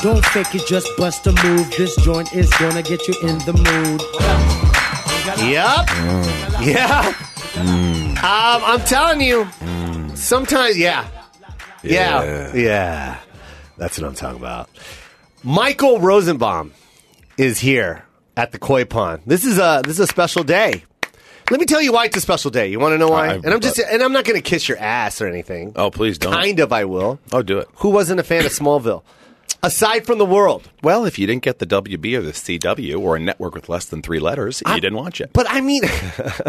Don't fake it, just bust a move. This joint is gonna get you in the mood. Yep. Yeah. Um, I'm telling you, sometimes, yeah. yeah. Yeah. That's what I'm talking about. Michael Rosenbaum is here at the Koi Pond. This is a this is a special day. Let me tell you why it's a special day. You want to know why? I- uh, and I'm just and I'm not going to kiss your ass or anything. Oh, please don't. Kind of I will. Oh, do it. Who wasn't a fan of Smallville? Aside from the world. Well, if you didn't get the WB or the CW or a network with less than three letters, you didn't watch it. But I mean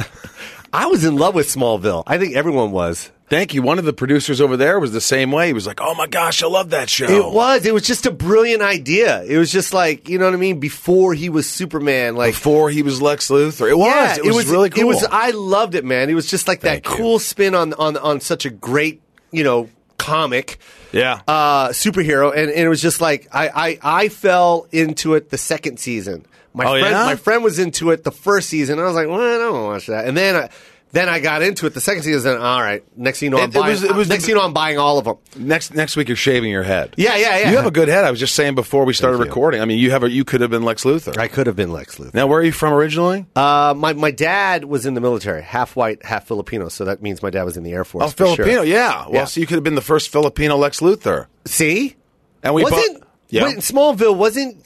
I was in love with Smallville. I think everyone was. Thank you. One of the producers over there was the same way. He was like, "Oh my gosh, I love that show." It was. It was just a brilliant idea. It was just like you know what I mean. Before he was Superman, like before he was Lex Luthor. It was. yeah, it, was really cool. It was. I loved it, man. It was just like that Thank you. cool spin on on on such a great you know comic yeah. uh superhero and, and it was just like I, I i fell into it the second season my Oh, friend yeah? my friend was into it the first season i was like well i don't want to watch that and then i then i got into it the second season all right next thing you know i'm It- it buying was- it was next the- thing you know i'm buying all of them next next week you're shaving your head. Yeah, yeah, yeah. You have a good head. I was just saying before we started Thank you. recording. I mean, you have a, you could have been Lex Luthor. i could have been lex luthor Now, where are you from originally? Uh, my my dad was in the military, half white, half Filipino. So that means my dad was in the Air Force. oh, for sure. Filipino. Yeah. Well, Yeah. so you could have been the first Filipino Lex Luthor. See, And we wasn't both. Yeah. wait, in Smallville wasn't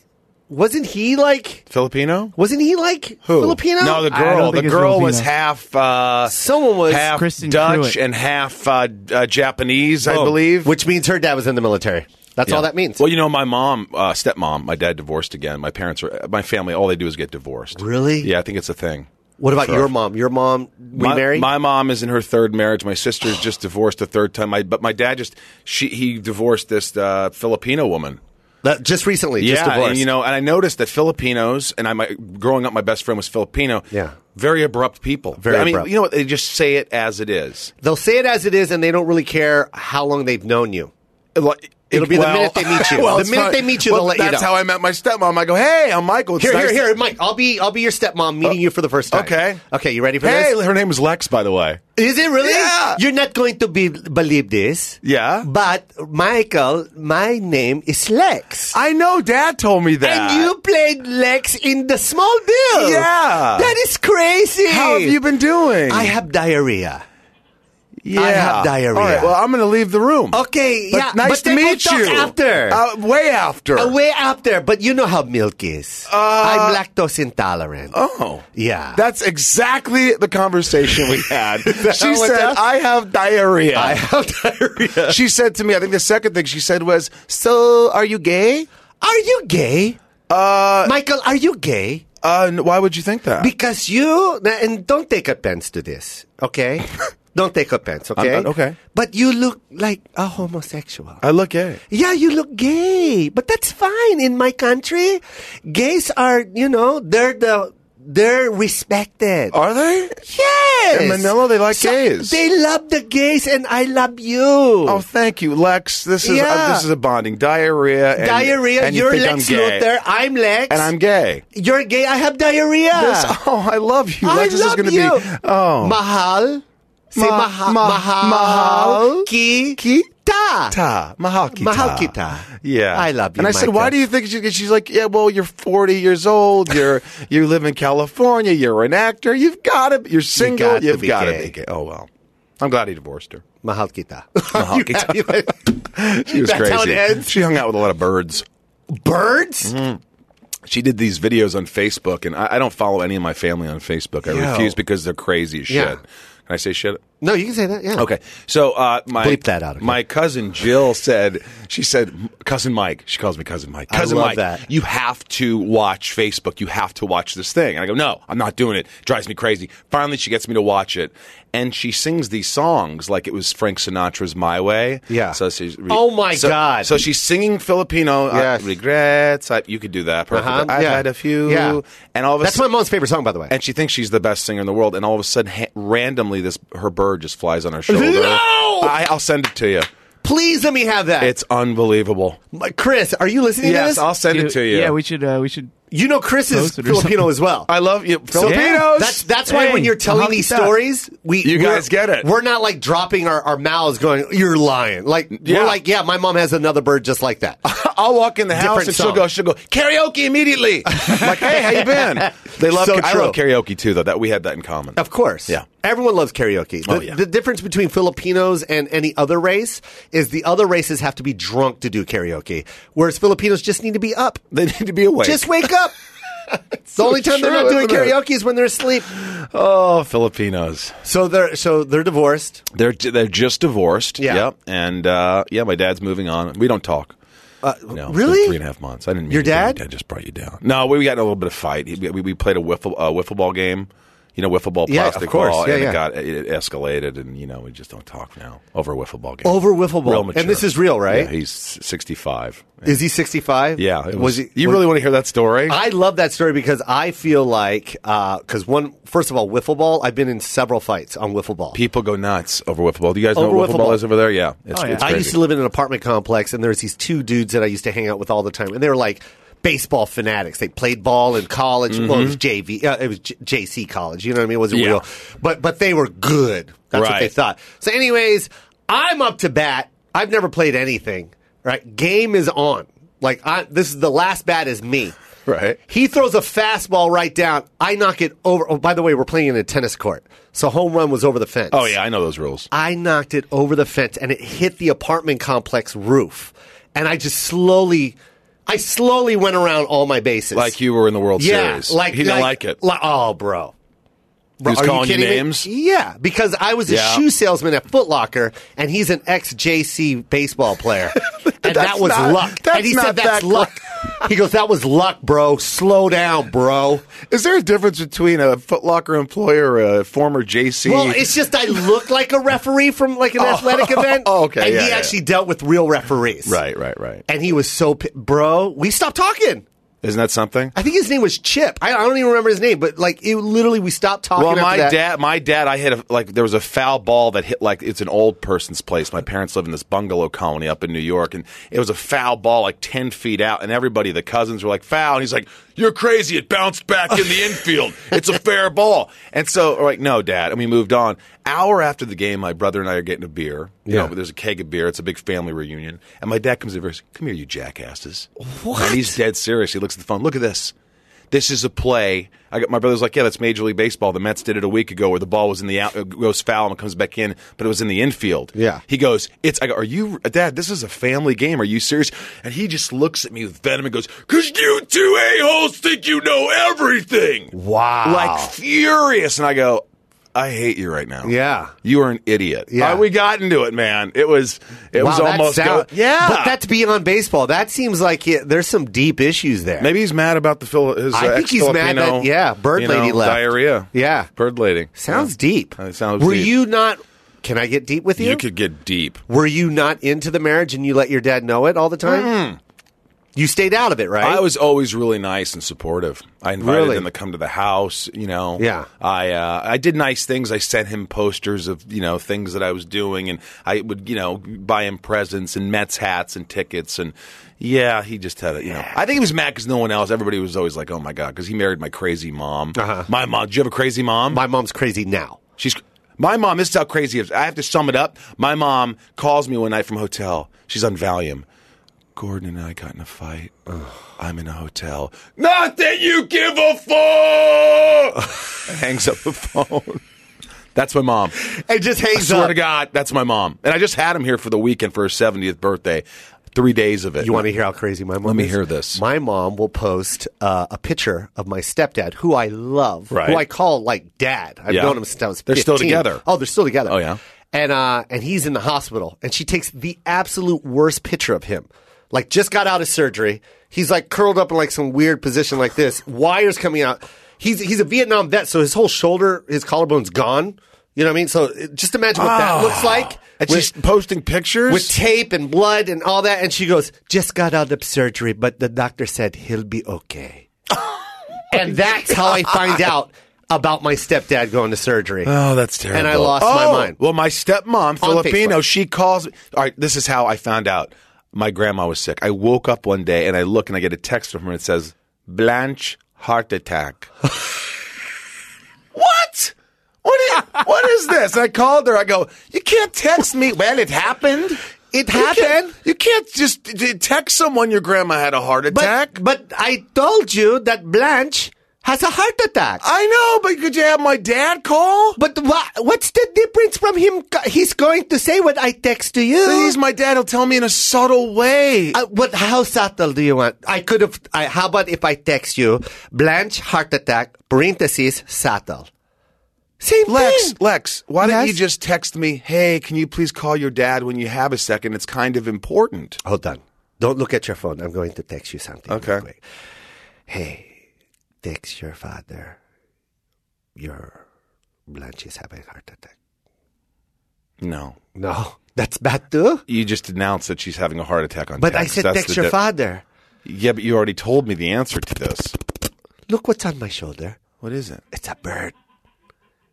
wasn't he like Filipino. wasn't he like Who? Filipino? No, the I don't girl. think The it's girl was Filipino. half uh, Someone was half Kristen Dutch Cruitt. and half uh, uh, Japanese, I Oh, believe. which means her dad was in the military. That's all Yeah. that means. Well, you know, my mom, uh, stepmom, my dad divorced again. My parents are, my family, all they do is get divorced. Really? Yeah, I think it's a thing. what about Sure. your mom? Your mom my, remarried? my mom is in her third marriage. My sister's just divorced a third time. My, but my dad just she he divorced this uh, Filipino woman. That- just recently, just yeah, divorced. and, you know, and I noticed that Filipinos and I, my growing up, my best friend was Filipino. Yeah. very abrupt people. Very I mean, abrupt. you know what? They just say it as it is. they'll say it as it is, and they don't really care how long they've known you. Like, It'll be the well- minute they meet you. well, The it's minute fine. they meet you, Well, they'll let you That's know. how I met my stepmom. I go, "Hey, I'm Michael." It's Here, nice here, to- here, Mike. I'll be, I'll be your stepmom meeting you for the first time. Okay. okay. You ready for this? Hey, her name is Lex, by the way. Is it really? Yeah. You're not going to be believe this. Yeah. But Michael, my name is Lex. I know Dad told me that. and you played Lex in the small bill. Yeah. That is crazy. How have you been doing? I have diarrhea. yeah. have diarrhea. All right, well, I'm going to leave the room. Okay, Oh, But yeah. nice but to then we'll meet talk you. After. Uh, way after. Uh, way after, but you know how milk is. I'm lactose intolerant. Uh, Oh. yeah. That's exactly the conversation we had. she how it said, is? I have diarrhea. I have diarrhea. she said to me, I think the second thing she said was, So, are you gay? Are you gay? Uh, Michael, are you gay? Uh, n- why would you think that? Because you and don't take offense to this, okay? don't take offense, okay? I'm- okay. But you look like a homosexual. I look gay. yeah, you look gay, but that's fine in my country. Gays are, you know, they're the they're respected. Are they? yes. In Manila, they like gays. They love the gays, and I love you. Oh, thank you, Lex. This is Yeah. uh, this is a bonding diarrhea. And, diarrhea. And you you're think Lex I'm gay. Luthor. I'm Lex. and I'm gay. You're gay. I have diarrhea. This, oh, I love you, I Lex. This is love going to be you. oh Mahal. Say Ma- maha- ma- mahal. mahal. Ki. Ki- Ta. ta mahal kita. Mahal kita. Yeah, I love you, And I said, Micah. why do you think? She, she's like, yeah, well, you're 40 years old. You're you live in California. You're an actor. You've got to. You're single. got to You've be got to gay. be gay. Oh well, I'm glad he divorced her. Mahal kita. Mahal You kita. have- She was That's crazy. how it ends. She hung out with a lot of birds. Birds? She did these videos on Facebook, and I, I don't follow any of my family on Facebook. I Yo. refuse because they're crazy as shit. Yeah. Can I say shit? No, you can say that. Yeah. Okay, so uh, my Bleep that out, okay? my cousin Jill said she said cousin Mike. She calls me cousin Mike. I Cousin love Mike, that. you have to watch Facebook. You have to watch this thing. And I go, no, I'm not doing it. Drives me crazy. Finally, she gets me to watch it, and she sings these songs like it was Frank Sinatra's "My Way." Yeah. So she's re- Oh, my so- God. So she's singing Filipino uh, Yes. regrets. I, you could do that. Perfect. Uh-huh, I've yeah. had a few. Yeah. And all of a That's sudden, my mom's favorite song, by the way. and she thinks she's the best singer in the world. And all of a sudden, ha- randomly, this her bird just flies on her shoulder. No! I, I'll send it to you. Please let me have that. It's unbelievable. My- Chris, are you listening to Yes, this? I'll send it to you. Yeah, we should. Uh, we should You know, Chris is Posted or Filipino something. as well. I love you, Filipinos. That's that's why Hey, when you're how telling about these that? stories, we You we're- guys get it. We're not like dropping our, our mouths, going, "You're lying." Like Yeah. we're like, "Yeah, my mom has another bird just like that." I'll walk in the house Different and she'll song. go, she'll go karaoke immediately. I'm like, hey, how you been? They love. So I true. love karaoke too, though. That we had that in common. Of course. Yeah. Everyone loves karaoke. The, Oh, yeah. the difference between Filipinos and any other race is the other races have to be drunk to do karaoke, whereas Filipinos just need to be up. They need to be awake. Just wake up. the only time they're true, not doing isn't it? karaoke is when they're asleep. oh, Filipinos. So they're so they're divorced. They're they're just divorced. Yeah. Yep. And uh, yeah, my dad's moving on. We don't talk. Uh, No, it's been really? three and a half months. I didn't. Mean Your to do it. dad? Dad just brought you down. No, we, we got in a little bit of fight. He- We, we played a wiffle uh, wiffle ball game. You know, wiffle ball, Yeah, of plastic course. ball, Yeah, and yeah. it got it escalated, and you know, we just don't talk now over a wiffle ball game. Over wiffle Real ball, mature. and this is real, right? Yeah, he's sixty five. is he sixty five? Yeah, it Was, was, he? You was- really want to hear that story? I love that story because I feel like because one, first of all, wiffle ball. I've been in several fights on wiffle ball. People go nuts over wiffle ball. Do you guys know Over what wiffle wiffle ball ball. Oh, is over there? Oh, Yeah, it's, yeah. it's I crazy. used to live in an apartment complex, and there was these two dudes that I used to hang out with all the time, and they were like baseball fanatics. They played ball in college. Well, it was JV, uh, it was J- JC college. You know what I mean? It wasn't Mm-hmm. Yeah. real, but but they were good. That's what they Right. thought. So, anyways, I'm up to bat. I've never played anything. Right, game is on. Like I, this is the last bat is me. Right. He throws a fastball right down. I knock it over. Oh, by the way, we're playing in a tennis court, so home run was over the fence. oh yeah, I know those rules. I knocked it over the fence and it hit the apartment complex roof. And I just slowly, I slowly went around all my bases. Like you were in the World yeah, Series. like he didn't like, it. Like, oh, bro. Bro, was are calling you kidding me? names? Yeah, because I was a Yeah. shoe salesman at Foot Locker, and he's an ex JC baseball player, and that was not- luck. that's and he not said that's that luck. he goes, "That was luck, bro. Slow down, bro." Is there a difference between a Foot Locker employer or a former JC? Well, it's just I look like a referee from like an athletic event. oh, okay, and yeah, he yeah. actually dealt with real referees. right, right, right. and he was so pi- bro. We stopped talking. Isn't that something? I think his name was Chip. I, I don't even remember his name, but like it literally, we stopped talking. Well, after my that. dad, my dad, I had a, like there was a foul ball that hit like it's an old person's place. My parents live in this bungalow colony up in New York, and it was a foul ball like ten feet out, and everybody, the cousins, were like foul, and he's like, "You're crazy! It bounced back in the infield. It's a fair ball." And so, we're like, no, dad, and we moved on. Hour after the game, my brother and I are getting a beer. You know, there's a keg of beer. It's a big family reunion, and my dad comes over. and says, "Come here, you jackasses!" What? And he's dead serious. He looks at the phone. Look at this this is a play. I got my brother's like, yeah, that's Major League Baseball. The Mets did it a week ago, where the ball was in the out, it goes foul and it comes back in, but it was in the infield. Yeah. he goes, it's. I go, are you, Dad? This is a family game. Are you serious? And he just looks at me with venom and goes, "Cause you two a holes think you know everything." Wow. like furious, and I go. I hate you right now. Yeah. you are an idiot. Yeah. Uh, we got into it, man. It was it Wow, was that almost sound- go- yeah. But that's beyond baseball. That seems like it, there's some deep issues there. Maybe he's mad about the Phil. His, I uh, think he's mad ex-Filipino, that- yeah, bird you lady know, left. diarrhea. Yeah. bird lady sounds Yeah. deep. It sounds Were deep. you not? Can I get deep with you? You could get deep. Were you not into the marriage and you let your dad know it all the time? You stayed out of it, right? I was always really nice and supportive. I invited Really? him to come to the house. You know, Yeah. I uh, I did nice things. I sent him posters of you know things that I was doing, and I would you know buy him presents and Mets hats and tickets and. Yeah, he just had it. You know, I think he was mad because no one else. Everybody was always like, "Oh my god," because he married my crazy mom. Uh-huh. My mom. Do you have a crazy mom? My mom's crazy now. She's my mom. This is how crazy it is. I have to sum it up. My mom calls me one night from hotel. She's on Valium. Gordon and I got in a fight. I'm in a hotel. Not that you give a fuck. Hangs up the phone. That's my mom. It just I hangs swear up. to God, that's my mom. And I just had him here for the weekend for her 70th birthday. Three days of it. You want to hear how crazy my mom Let me is? hear this. My mom will post uh, a picture of my stepdad, who I love, Right. who I call like dad. I've Yeah. known him since I was They're still 15. together. Oh, they're still together. Oh, yeah? And uh, and he's in the hospital, and she takes the absolute worst picture of him. Like just got out of surgery. He's like curled up in like some weird position like this, wires coming out. He's he's a Vietnam vet, so his whole shoulder, his collarbone's gone. You know what I mean? So it- just imagine what that looks like. Ah. And With- she's posting pictures? with tape and blood and all that. And she goes, just got out of surgery, but the doctor said he'll be okay. and that's how I find out about my stepdad going to surgery. Oh, that's terrible. And I lost my Oh, mind. Well, my stepmom, On Filipino, Facebook. she calls. All right, this is how I found out my grandma was sick. I woke up one day and I look and I get a text from her and it says, Blanche heart attack. what? What is, what is this? I called her. I go, you can't text me. Well, it happened. It You can't- happened. You can't, just d- text someone your grandma had a heart attack. But, but I told you that Blanche has a heart attack. I know, but could you have my dad call? but wha- what's the difference from him? co- He's going to say what I text to you. Please, my dad will tell me in a subtle way. Uh, what? How subtle do you want? I could have. I, how about if I text you, Blanche heart attack parentheses subtle. Same Lex, thing. Lex, why don't Yes? you just text me, hey, can you please call your dad when you have a second? It's kind of important. Hold on. Don't look at your phone. I'm going to text you something. real Okay. quick. Hey, text your father. Your Blanche is having heart attack. No. No, that's bad too. You just announced that she's having a heart attack on But I text. said That's text the your di- father. Yeah, but you already told me the answer to this. Look what's on my shoulder. What is it? It's a bird.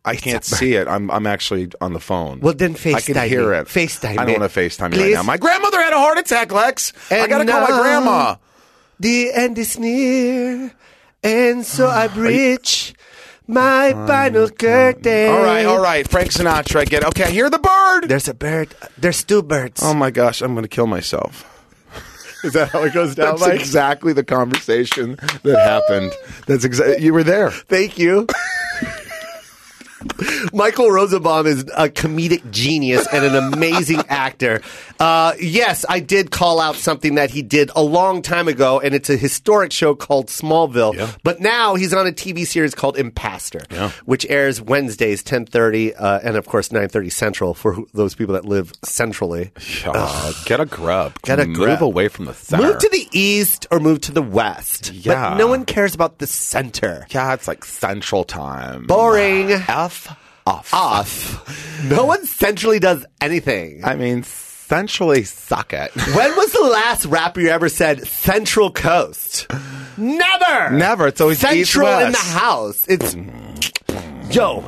I can't see it. I'm I'm actually on the phone. Well, then I can FaceTime hear me. it. FaceTime I me. don't want to FaceTime you right Please? now. My grandmother had a heart attack, Lex. I And gotta call my now- grandma. The end is near, and so I've reached my final curtain. All right, all right. Frank Sinatra, I get okay. I hear the bird. There's a bird. There's two birds. oh my gosh, I'm gonna kill myself. is that how it goes That's exactly the conversation that happened. That's exactly you were there. Thank you. Michael Rosenbaum is a comedic genius and an amazing actor. Uh, yes, I did call out something that he did a long time ago, and it's a historic show called Smallville. Yeah. But now he's on a TV series called Impastor, which airs Wednesdays, 1030, uh, and of course, 930 Central for who, those people that live centrally. get a grub. Get a Move grub. away from the center. Move to the east or move to the west. Yeah. But no one cares about the center. yeah, it's like central time. Boring. F off. off. No one centrally does anything. I mean, centrally suck it. When was the last rapper you ever said Central Coast? Never. Never. It's always Central East, West. in the house. It's yo,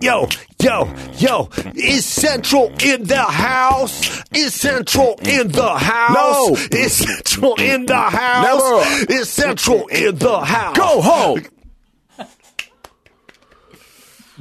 yo, yo, yo. Is Central in the house? Is Central in the house? No. Is Central in the house? Never. Is Central in the house? Go home.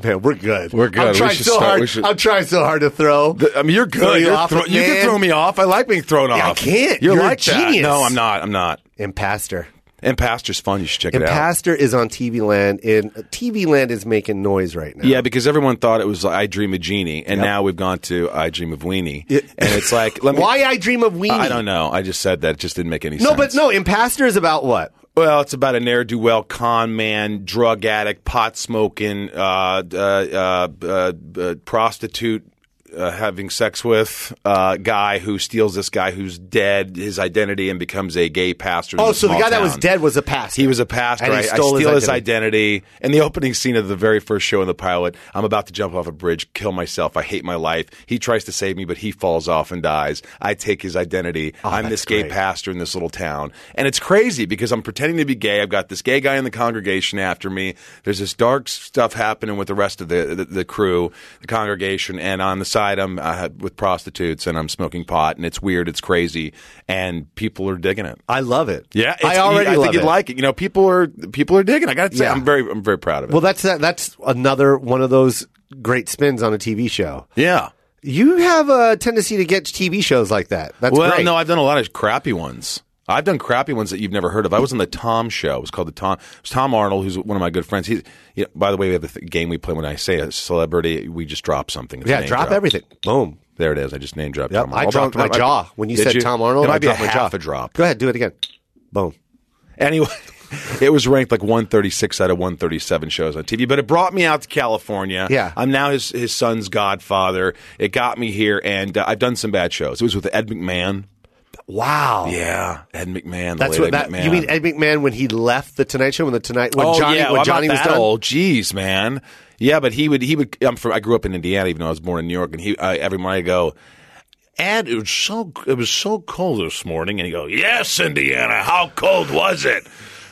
man. We're good. We're good. I'm We trying should so start- we hard. should- I'm trying so hard to throw. I mean, you're good. Throw you You're off thro- it, you can man. throw me off. I like being thrown I off. can't. You're, You're a like that. genius. No, I'm not. I'm not. Impastor. And Pastor's fun. You should check it out. Impastor is on TV Land, and TV Land is making noise right now. Yeah, because everyone thought it was I Dream of Genie, and now we've gone to I Dream of Weenie, and it's like let me, Why I Dream of Weenie? I don't know. I just said that. It just didn't make any No, sense. but no, Impastor is about what? Well, it's about a ne'er do well con man, drug addict, pot smoking, uh, uh, uh, uh, uh, prostitute. Uh, having sex with uh, guy who steals this guy who's dead, his identity, and becomes a gay pastor. in Oh, a so the small guy that was town. dead was a pastor. He was a pastor. And he I, stole I his steal his identity. identity. In the opening scene of the very first show in the pilot, I'm about to jump off a bridge, kill myself. I hate my life. He tries to save me, but he falls off and dies. I take his identity. I'm Oh, that's this gay great. pastor in this little town. And it's crazy because I'm pretending to be gay. I've got this gay guy in the congregation after me. There's this dark stuff happening with the rest of the, the, the crew, the congregation. And on the side, I'm uh, with prostitutes and I'm smoking pot. And it's weird. It's crazy. And people are digging it. I love it. Yeah, it's- I already I love think you'd it. like it. You know, people are people are digging. I got to say, Yeah. I'm very I'm very proud of it. well, that's uh, that's another one of those great spins on a TV show. yeah. You have a tendency to get TV shows like that. That's Well, great. no, I've done a lot of crappy ones. I've done crappy ones that you've never heard of. I was on the Tom show. It was called the Tom. It was Tom Arnold, who's one of my good friends. He's, you know, by the way, we have a th- game we play when I say a celebrity, we just drop something. It's a yeah, name drop everything. Boom. There it is. I just name dropped. Tom I Arnold. dropped my I'll drop- jaw when you Did said Tom Arnold. It might I be a dropped my jaw. half a drop. Go ahead, do it again. Boom. Anyway, it was ranked like 136 out of 137 shows on TV, but it brought me out to California. Yeah. I'm now his, his son's godfather. It got me here, and uh, I've done some bad shows. It was with Ed McMahon. Wow. Yeah. Ed McMahon. The That's late what that Ed McMahon. you mean Ed McMahon when he left the Tonight Show when the Tonight when oh, Johnny yeah, when well, Johnny I'm not was that done. old. Jeez, man. Yeah, but he would he would. I'm from. I grew up in Indiana, even though I was born in New York. And he uh, every morning I go, Ed, it was so it was so cold this morning, and he go, Yes, Indiana, how cold was it?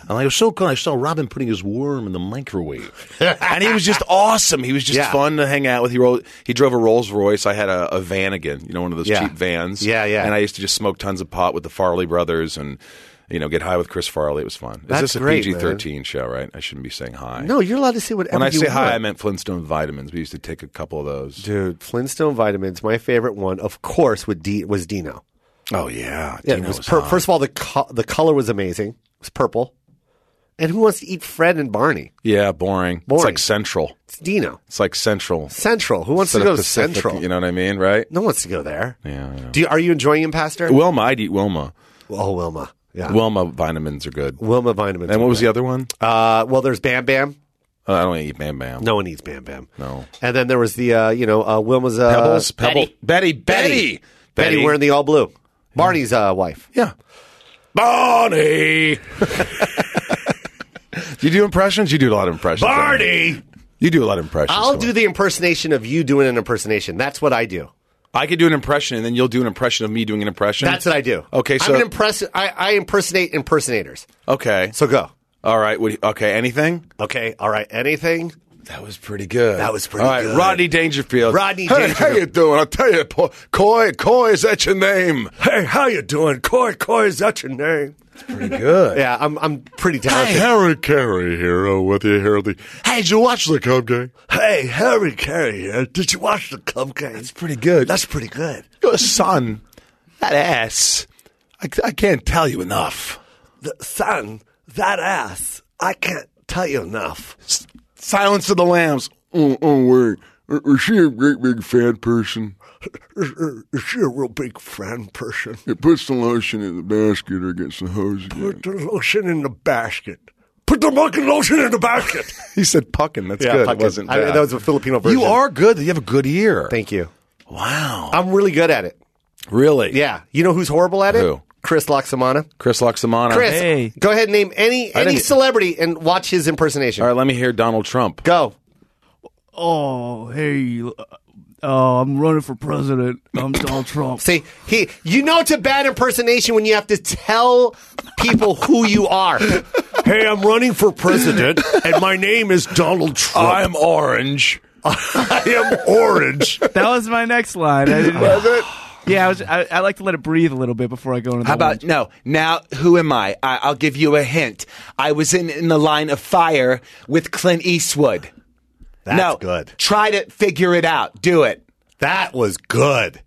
And I was so cold. I saw Robin putting his worm in the microwave, and he was just awesome. He was just Yeah. fun to hang out with. He rolled, he drove a Rolls Royce. I had a, a van again, you know, one of those Yeah. cheap vans. Yeah, yeah. And I used to just smoke tons of pot with the Farley brothers and. you know, get high with Chris Farley. It was fun. That's Is this a great, PG thirteen show? Right? I shouldn't be saying hi. No, you're allowed to say whatever When I you say hi, want. I meant Flintstone vitamins. We used to take a couple of those. Dude, Flintstone vitamins. My favorite one, of course, would D- was Dino. Oh yeah, Yeah, it Dino was was pur- hot. first of all, the co- the color was amazing. It was purple. And who wants to eat Fred and Barney? Yeah, boring. Boring. It's like Central. It's Dino. It's like Central. Central. Who wants to Instead go of to Pacific, Central? You know what I mean, right? No one wants to go there. Yeah. I know. Do you, are you enjoying Impastor? Wilma, I'd eat Wilma. oh, Wilma. Yeah. Wilma vitamins are good. Wilma vitamins. are And what was great. the other one? Uh, well, there's Bam Bam. Oh, I don't eat Bam Bam. No one eats Bam Bam. No. And then there was the uh, you know uh, Wilma's uh, Pebbles, Betty. Pebble, Betty, Betty, Betty. Betty wearing the all blue. Barney's uh, wife. yeah, Barney. you do impressions. You do a lot of impressions. you do a lot of impressions. I'll Come do on. the impersonation of you doing an impersonation. That's what I do. I could do an impression, and then you'll do an impression of me doing an impression. That's what I do. Okay, so I'm an impress. I, I impersonate impersonators. okay, So go. all right. What, okay, anything? Okay. All right. Anything. That was pretty good. That was pretty All right, good. Rodney Dangerfield. Rodney hey, Dangerfield. how you doing? I'll tell you, po- Coy, Coy, is that your name? Hey, how you doing, Coy? Coy, is that your name? Pretty good. Yeah, I'm. I'm pretty talented. Harry Carey here uh, with you here. at The, hey, did you watch the Cub game? Hey, Harry Carey here. Did you watch the Cub game? That's pretty good. That's pretty good. Your son, that ass, I, I can't tell you enough. The, son, that ass. I can't tell you enough. S- Silence of the Lambs. Oh, oh wait. Uh, Was she a great big fan person? Is, is she a real big friend person? It puts the lotion in the basket or gets the hose again. Put the lotion in the basket. Put the monkey lotion in the basket. He said puckin. That's good. It wasn't bad. that was a Filipino version. you are good. You have a good ear. Thank you. wow. I'm really good at it. really? Yeah. You know who's horrible at it? Who? Chris Loxamana. Chris Loxamana. Chris, Hey. go ahead and name any any didn't- celebrity and watch his impersonation. All right, let me hear Donald Trump. Go. Oh, hey, uh, uh, I'm running for president. I'm Donald Trump. See, he, you know it's a bad impersonation when you have to tell people who you are. Hey, I'm running for president, and my name is Donald Trump. I'm orange. I am orange. That was my next line. I didn't, was it? Yeah, I, was, I, I like to let it breathe a little bit before I go into the How about one. no? Now, who am I? I? I'll give you a hint. I was in in the line of fire with Clint Eastwood. That's no, good. Try to figure it out. Do it. That was good.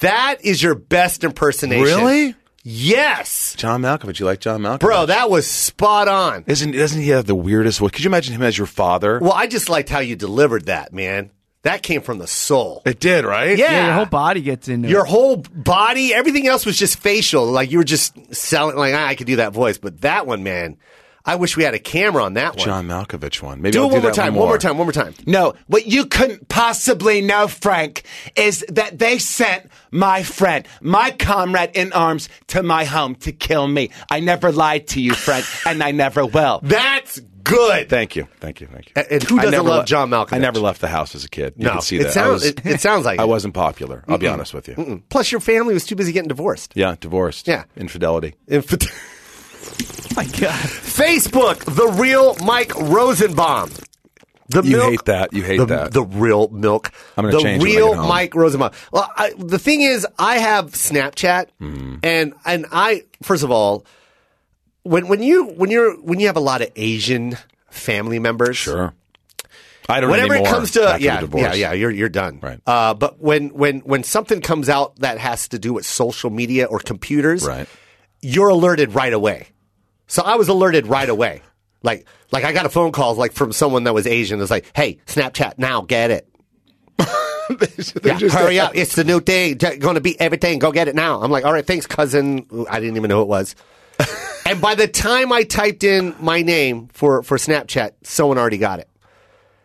That is your best impersonation. Really? Yes, John Malkovich. You like John Malkovich? bro. That was spot on. Isn't doesn't he have the weirdest voice? Could you imagine him as your father? Well, I just liked how you delivered that, man. That came from the soul. It did, right? Yeah. Yeah, your whole body gets into Your it. whole body, everything else was just facial. Like you were just selling. Like "Ah, I could do that voice, but that one, man, I wish we had a camera on that one. John Malkovich one. Maybe do it I'll one more that time. One more. One more time. One more time. No, what you couldn't possibly know, Frank, is that they sent my friend, my comrade in arms, to my home to kill me. I never lied to you, Frank, and I never will. That's good. Thank you. Thank you. Thank you. And- and who I doesn't never love le- John Malkovich? I never left the house as a kid. You No, can see it that. I sounds- was- it- it sounds like I it. wasn't popular. I'll be honest with you. Plus, your family was too busy getting divorced. Yeah, divorced. Yeah. Infidelity. Inf- Oh my God. Facebook, the real Mike Rosenbaum. The You milk, hate that. You hate the, that. The real milk. I'm gonna the change it when I real get home. Mike Rosenbaum. Well, I, the thing is, I have Snapchat, Mm. and and I first of all, when when you when you're when you have a lot of Asian family members, sure. I don't Whenever it anymore comes to after yeah, the divorce. yeah, yeah, you're you're done. Right. Uh, but when when when something comes out that has to do with social media or computers, Right. you're alerted right away. So I was alerted right away. Like like I got a phone call like from someone that was Asian. It's like, hey, Snapchat now, get it. Yeah, hurry up! It's the new thing. Going to be everything. Go get it now. I'm like, all right, thanks, cousin. Ooh, I didn't even know who it was. and by the time I typed in my name for for Snapchat, someone already got it.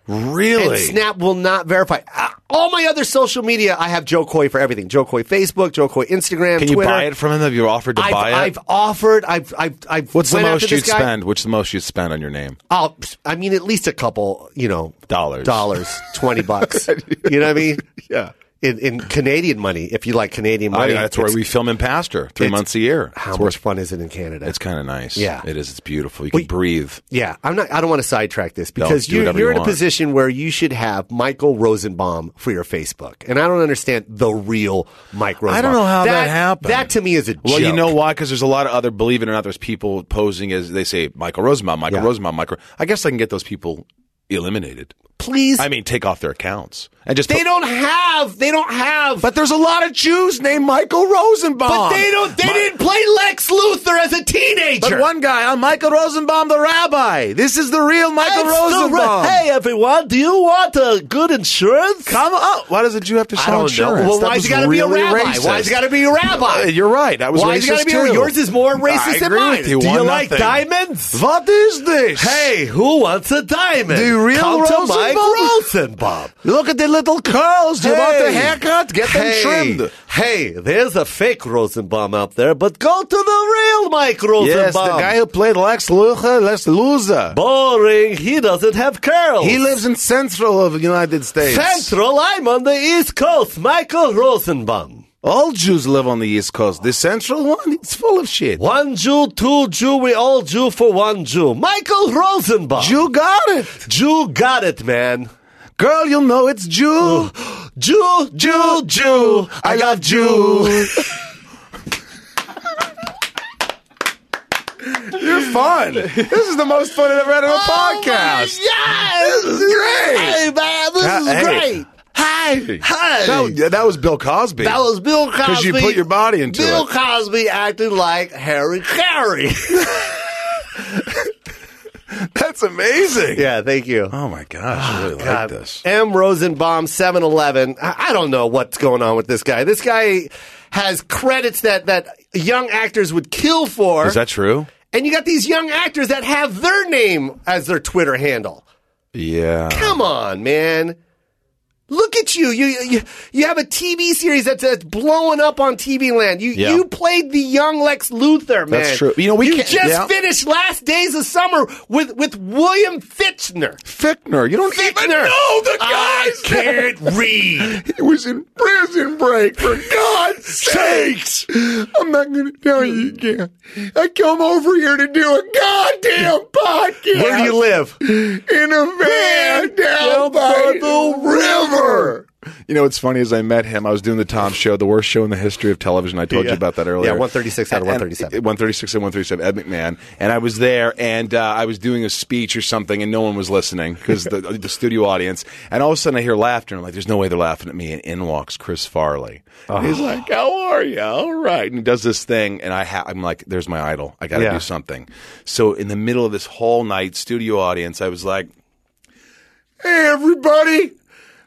Really? And Snap will not verify. Uh, all my other social media, I have Joe Coy for everything. Joe Coy Facebook, Joe Coy Instagram, Can you Twitter. buy it from him? Have you offered to I've, buy it? I've offered. I've. I've. I've What's the went most after you'd this guy. spend? What's the most you'd spend on your name? I'll, I mean, at least a couple. You know, Dollars. dollars, twenty bucks. you know what I mean? Yeah. in, in Canadian money, if you like Canadian Oh, money, yeah, that's where it's- we film in Pastor three it's- months a year. How it's much fun is it in Canada? it's kind of nice. Yeah. it is. It's beautiful. You can We- breathe. Yeah, I'm not. I don't want to sidetrack this because do you, whatever you're you in a want. position where you should have Michael Rosenbaum for your Facebook, and I don't understand the real Mike Rosenbaum. know how that happened. That to me is a Well, joke. you know why? Because there's a lot of other, believe it or not, there's people posing as they say Michael Rosenbaum, Michael Yeah. Rosenbaum, Michael. I guess I can get those people eliminated. please, I mean, take off their accounts and just. they put- don't have. They don't have. But there's a lot of Jews named Michael Rosenbaum. But they don't. They Mi- didn't play Lex Luthor as a teenager. But one guy, I'm Michael Rosenbaum, the rabbi. This is the real Michael That's the Rosenbaum. right- Hey, everyone, do you want a good insurance? come up. Why does a Jew have to I sell don't insurance? know. Well, That why's it was got to be a really rabbi? racist. Why's it got to be a Uh, rabbi? You're right. That was Why racist is it gotta be too. yours is more racist I than agree mine. with you. Do you One like nothing. diamonds? What is this? Hey, who wants a diamond? The real Come to Mike Rosenbaum? Rosenbaum. look at the little curls. Do you want the Hey. haircut? Get hey, them trimmed. Hey, there's a fake Rosenbaum out there, but go to the real Mike Rosenbaum. Yes, the guy who played Lex Luthor, Lex Luthor. Boring. He doesn't have curls. He lives in central of United States. Central. I'm on the East Coast. Michael Rosenbaum. All Jews live on the East Coast. The central one, it's full of shit. One Jew, two Jew, we all Jew for one Jew. Michael Rosenbaum. Jew got it. Jew got it, man. Girl, you'll know it's Jew. Jew, Jew, Jew. I love Jew. You're fun. this is the most fun I've ever had on a podcast. Yes! This is great. Oh Hey, man, this Uh, is hey. great. Hi. Hi. That, yeah, that was Bill Cosby. That was Bill Cosby. 'Cause you put your body into Bill it. Cosby acting like Harry Carey. That's amazing. yeah, thank you. Oh my gosh, I really like this. Uh, M. Rosenbaum, 7 Eleven. I I don't know what's going on with this guy. This guy has credits that, that young actors would kill for. Is that true? and you got these young actors that have their name as their Twitter handle. Yeah. Come on, man. Look at you. You you, you have a TV series that's, that's blowing up on TV land. You Yeah. you played the young Lex Luthor, man. That's true. You know, we can't- just yeah. finished Last Days of Summer with with William Fichtner. Fichtner. You don't even Fichtner. know the I guy's can't read. He was in prison break, for God's sakes! I'm not going to tell you again. I come over here to do a goddamn podcast. Where do you live? In a van down by the river. You know, what's funny is I met him. I was doing the Tom Show, the worst show in the history of television. I told Yeah. you about that earlier. Yeah, 136 out of 137. And- 136 and 137, Ed McMahon. And I was there, and uh, I was doing a speech or something, and no one was listening because the, the studio audience. And all of a sudden, I hear laughter, and I'm like, there's no way they're laughing at me. And in walks Chris Farley. And Oh. He's like, how are you? All right. And he does this thing, and I ha- I'm like, there's my idol. I got to Yeah. do something. So in the middle of this whole night studio audience, I was like, Hey, everybody.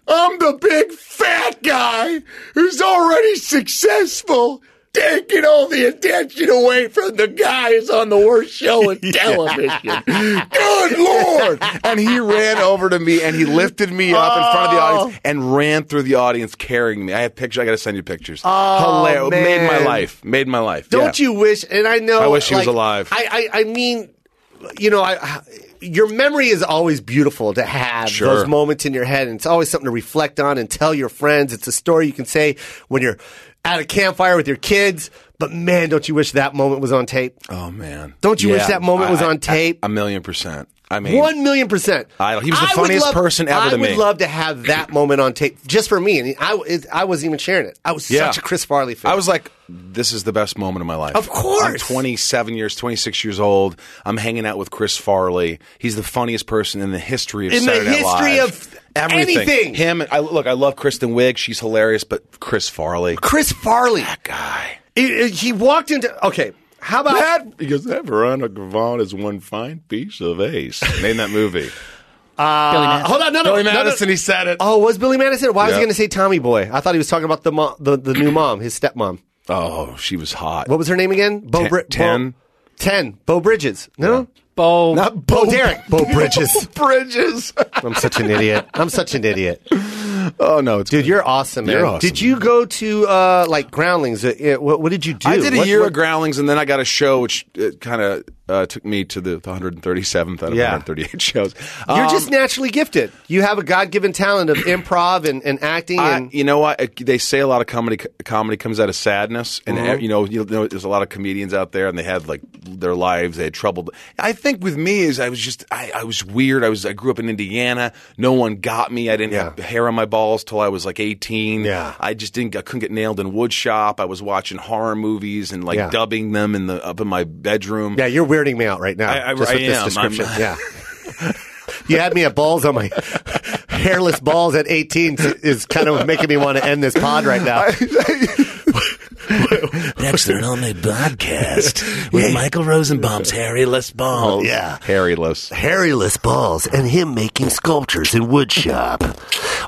I'm the big fat guy who's already successful, taking all the attention away from the guys on the worst show in television. Good Lord. And he ran over to me and he lifted me up in front of the audience and ran through the audience carrying me. I have pictures. I got to send you pictures. Oh, Hilarious. Made my man. life. Made my life. Don't Yeah. you wish? And I know. I wish he was like, alive. I, I, I mean, you know, I, your memory is always beautiful to have Sure. those moments in your head, and it's always something to reflect on and tell your friends. It's a story you can say when you're at a campfire with your kids. But man, don't you wish that moment was on tape? Oh, man. Don't you wish that moment was I- on tape? I- A million percent. I mean, One million percent. I- he was the would funniest person ever I to would me. love to have that moment on tape just for me, and I, it, I wasn't even sharing it. I was such a Chris Farley fan. I was like, this is the best moment of my life. Of course. I'm 27 years, 26 years old. I'm hanging out with Chris Farley. He's the funniest person in the history of In the Saturday Night history Live. of Everything. anything. Him, I, look, I love Kristen Wiig. She's hilarious, but Chris Farley. Chris Farley. Guy. It- it- he walked into okay. How about That, because that Veronica Vaughn is one fine piece of ace. Name that movie. Uh, hold on, no, no, Billy no, no. Madison, he said it. Oh, was Billy Madison? Why was Yeah. he going to say Tommy Boy? I thought he was talking about the mo- the, the new mom, his stepmom. Oh, she was hot. What was her name again? Bo Ten- Bri- Bo- Ten? ten. Bo Bridges. No, Bo. not Bo, Oh, Derek. Bo Bridges. Bridges. I'm such an idiot. I'm such an idiot, oh, no. It's dude. You're awesome, man. You're awesome. Did you go to uh, like Groundlings? Uh, uh, what, what did you do? I did a What- year what- of Groundlings, and then I got a show which uh, kind of uh, took me to the, the 137th out of Yeah. 138 shows. You're Um, just naturally gifted. You have a God given talent of improv and, and acting. I, and you know what? It- They say a lot of comedy comedy comes out of sadness, and Mm-hmm. eh, you know, you know, there's a lot of comedians out there, and they had like their lives, they had trouble. I think with me is I was just I, I was weird. I was I grew up in Indiana. No one got me. I didn't have Yeah. hair on my balls till I was like 18. Yeah. I just didn't. I couldn't get nailed in wood shop. I was watching horror movies and like Yeah. dubbing them in the up in my bedroom. yeah, you're weirding me out right now. I- I- just with I this am. description. I'm- yeah. You had me at balls on my hairless balls at 18 is kind of making me want to end this pod right now. Next to an only podcast with Michael Rosenbaum's Harry Les Balls. Yeah. Oh, Hairyless. Harryless balls and him making sculptures in woodshop.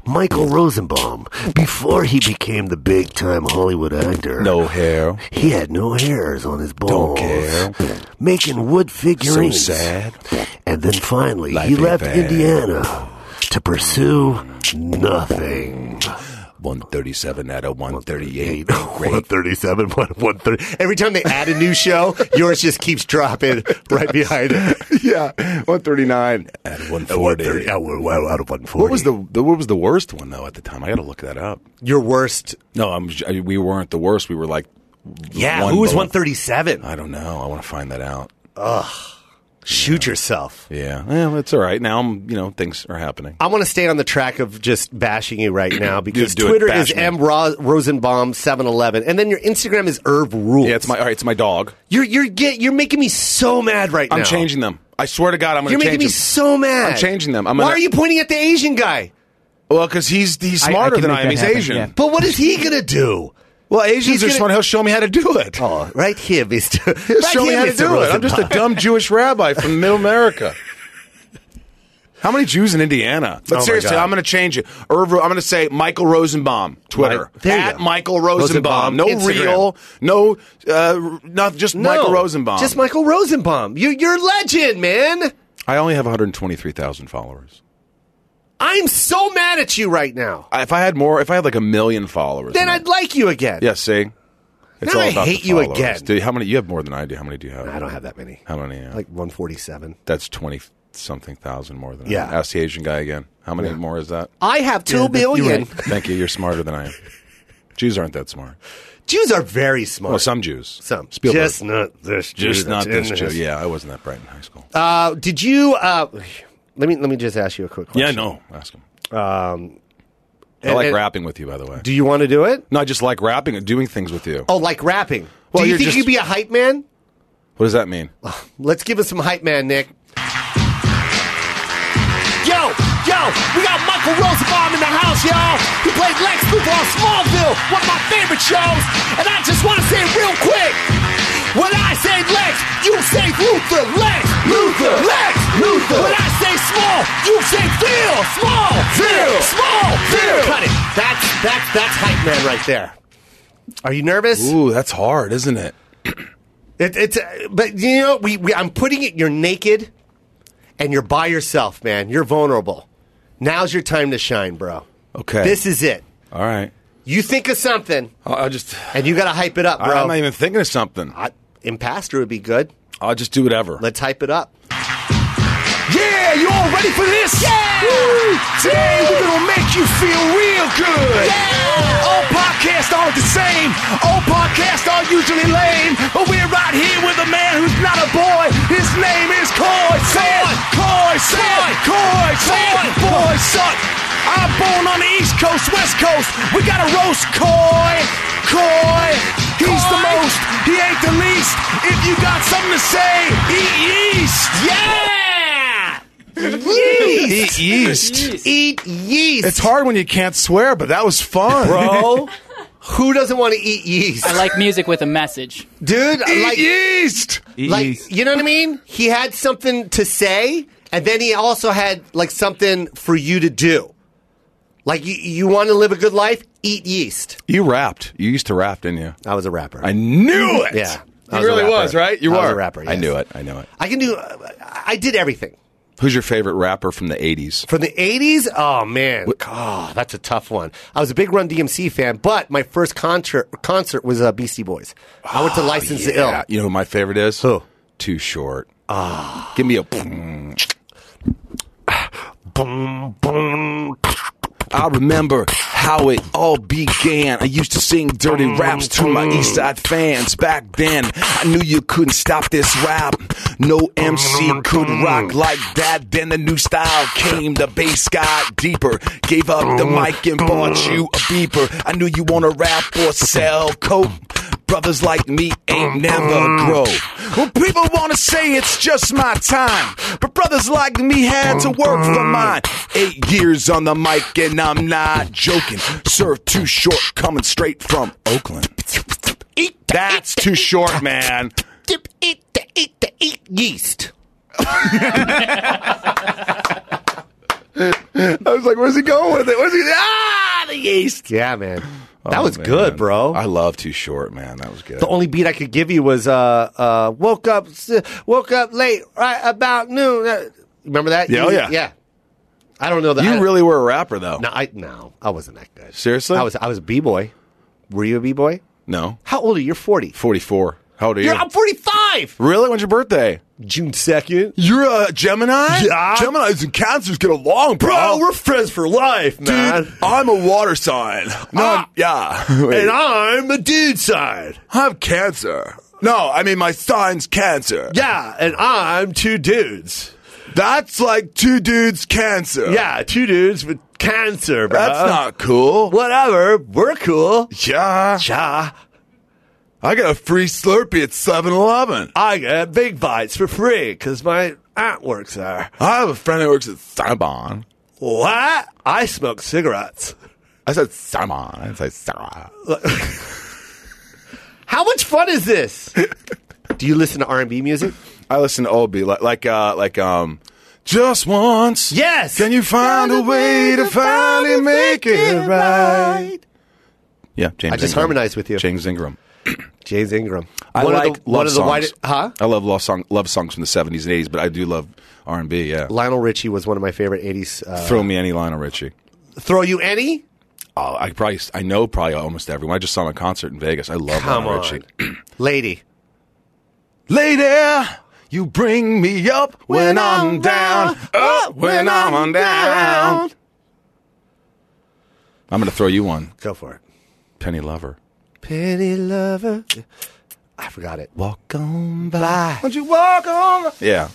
Michael Rosenbaum, before he became the big time Hollywood actor, No hair. he had no hairs on his balls. Making wood figurines. So sad. And then finally, Life he ain't left bad. Indiana to pursue nothing. 137 out of 138. 137, 130. Every time they add a new show, yours just keeps dropping right behind it. yeah, 139 out of 140. 130, out of 140. What was the, the what was the worst one though at the time? I got to look that up. your worst? No, I'm I, we weren't the worst. We were like Yeah, one who was below- 137? I don't know. I want to find that out. Shoot yourself. Yeah, well, it's all right. Now I'm you know things are happening. I want to stay on the track of just bashing you right now because do it, Twitter bash is me. M Ro- Rosenbaum seven eleven, and then your Instagram is Irv Rules. Yeah, it's my all right, it's my dog. You're you're get you're making me so mad right now. I'm changing them. I swear to God, I'm going You're to change making me them. so mad. I'm changing them. I'm Why gonna- are you pointing at the Asian guy? well, because he's he's I- I smarter can than make I am. that He's happen, Asian. yeah. But what is he gonna do? Well, Asians He's are gonna- smart. He'll show me how to do it. Oh, right here, Mister. He'll right show me here, how to Mr. do it. I'm just a Rosenbaum. dumb Jewish rabbi from Middle America. How many Jews in Indiana? Oh But my seriously, God. I'm going to change it. Irv, I'm going to say Michael Rosenbaum, Twitter Mi- there you at go. Michael Rosenbaum, Rosenbaum. No Instagram. real, no, uh, not just No, Michael Rosenbaum. Just Michael Rosenbaum. You you're a legend, man. I only have 123,000 followers. I'm so mad at you right now. I- If I had more, if I had like a million followers, Then I'd like you again. yeah. See, it's Now all I about hate the you followers. again. Dude, how many? You have more than I do. How many do you have? I don't have that many. How many? uh, Like 147. that's 20 something thousand more than I Yeah. have. Ask the Asian guy again. How many more is that? I have two that's- you're billion. right. Thank you. You're smarter than I am. Jews aren't that smart. Jews are very smart. Well, some Jews. Some. Spielberg. Just not this Jew. Just not that's this in Jew. Yeah, I wasn't that bright in high school. Uh, did you. Uh, let me let me just ask you a quick question. yeah, no. Ask him. I Um, And- like and- rapping with you, by the way. Do you want to do it? no, I just like rapping and doing things with you. Oh, like rapping. Well, do you you're think just- you'd be a hype man? What does that mean? Let's give us some hype man, Nick. Yo, yo, we got Michael Rosenbaum in the house, y'all. He played Lex Luthor on Smallville, one of my favorite shows. And I just want to say real quick, when I say Lex, you say Luthor, Lex, Luthor, Lex, Luthor. When I say small, you say Phil, small, Phil, small, Phil. Cut it. That's, that's, that's hype man right there. Are you nervous? Ooh, that's hard, isn't it? It, it's, uh, but you know, we, we I'm putting it. You're naked, and you're by yourself, man. You're vulnerable. Now's your time to shine, bro. Okay. This is it. All right. You think of something, I- I'll just. and you got to hype it up, I, bro. am not even thinking of something. I, Impastor would be good. I'll just do whatever. Let's hype it up. Yeah, you all ready for this? Yeah! Today we're gonna make you feel real good. Yeah! All podcasts aren't the same. All podcasts are usually lame. But we're right here with a man who's not a boy. His name is Coy Sand. Coy Sand. Coy Sand. Boy, suck. I'm born on the East Coast, West Coast. We gotta roast Coy. Coy. He's the most. He ain't the least. If you got something to say, eat yeast. Yeah. Yeast. Eat yeast. Eat yeast. It's hard when you can't swear, but that was fun, bro. Who doesn't want to eat yeast, I like music with a message. dude? Eat like, yeast. like you know what I mean? He had something to say, and then he also had like something for you to do. Like you, you want to live a good life? Eat yeast. You rapped. You used to rap, didn't you? I was a rapper. I knew it. yeah, I you a really rapper. was right. You I were was a rapper. I yes. knew it. I knew it. I can do. Uh, I did everything Who's your favorite rapper from the '80s? from the '80s. Oh man, God, that's a tough one. I was a big Run DMC fan, but my first concert concert was uh, Beastie Boys. I went to License to Ill. You know who my favorite is? Who? Too short. Ah. Give me a. Boom, boom. I remember how it all began. I used to sing dirty raps to my East Side fans. Back then, I knew you couldn't stop this rap. No MC could rock like that. Then the new style came. The bass got deeper. Gave up the mic and bought you a beeper. I knew you wanna rap or sell coke. Brothers like me ain't never grow. Well, people want to say it's just my time, but brothers like me had to work for mine. Eight years on the mic, and I'm not joking. Serve too short, coming straight from Oakland. That's too short, man. Dip, eat, the, eat, the, eat yeast. I was like, where's he going with it? Where's he? Ah, the yeast. Oh, Yeah, man. That was good, bro. I love too short, man. That was good. the only beat I could give you was uh, uh, woke up s- woke up late right about noon. Uh, Remember that? Yeah, You- oh, yeah. yeah. I don't know that. I, you really were a rapper, though. No, I no, I wasn't that good. Seriously? I was. I was a b boy. Were you a b boy? No. How old are you? You're Forty. 44. How old are you? You're, I'm forty five. Really? When's your birthday? June second. You're a Gemini? Yeah. Geminis and Cancers get along, bro. Bro, Oh, we're friends for life, Dude, man. I'm a water sign. No, Ah. I'm- yeah. Wait. And I'm a dude side. I have cancer. No, I mean, my sign's cancer. Yeah, and I'm two dudes. That's like two dudes' cancer. Yeah, two dudes with cancer, bro. That's not cool. whatever. We're cool. Yeah. Cha. I got a free Slurpee at 7 Eleven. I get big bites for free because my aunt works there. I have a friend that works at Simon. What? I smoke cigarettes. I said Simon. I didn't say Sarah. How much fun is this? Do you listen to R&B music? I listen to Obi like like uh like um just once. Yes. Can you find a way to finally make it right? Yeah, James. I just Ingram. harmonized with you. James Ingram. James Ingram. I One of like the- love one of the songs. white- huh? I love love song love songs from the seventies and eighties, but I do love R and B. Yeah. Lionel Richie was one of my favorite 80s. Uh, Throw me any Lionel Richie. throw you any? Oh, I probably I know probably almost everyone. I just saw him at a concert in Vegas. I love Come Lionel on. Richie. Lady. Lady, you bring me up when, I'm, down, up when I'm on down. I'm gonna throw you one, Go for it. Penny Lover. Penny lover. I forgot it. Walk on by. Bye. Don't you walk on? Yeah.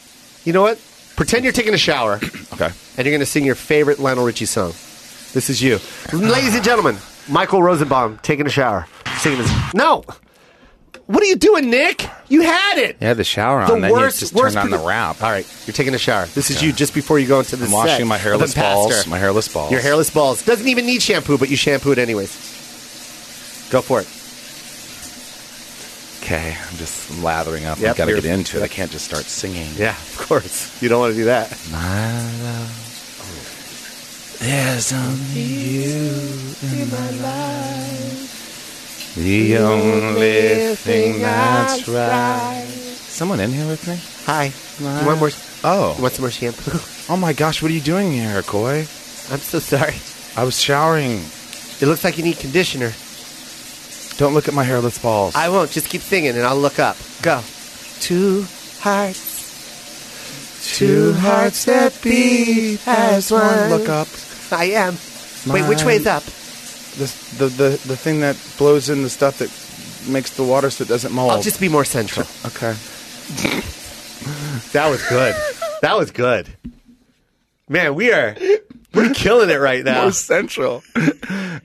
You know what? Pretend you're taking a shower and Okay. you're going to sing your favorite Lionel Richie song. This is you. Ladies and gentlemen, Michael Rosenbaum taking a shower. Singing his. No! What are you doing, Nick? You had it! Yeah, the shower on. The then you worst- just worst turn on the produ- wrap. All right, you're taking a shower. This is you just before you go into the I'm washing my hairless balls. My hairless balls. Your hairless balls. Doesn't even need shampoo, but you shampoo it anyways. Go for it. Okay, I'm just lathering up. Yep, I gotta you're- get into it. I can't just start singing. Yeah, of course. You don't want to do that. There's only you in my life. The only thing that's right. Someone in here with me? Hi. You want more? You Oh. want some more shampoo? Oh my gosh, what are you doing here, Koi? I'm so sorry. I was showering. It looks like you need conditioner. Don't look at my hairless balls. I won't. Just keep singing, and I'll look up. Go. Two hearts. Two hearts that beat as one. Look up. I am. Wait, which Mine. way's up? This, the, the, the thing that blows in the stuff that makes the water so it doesn't mold. I'll Oh, just be more central. okay. That was good. that was good. Man, we are we're killing it right now. More central.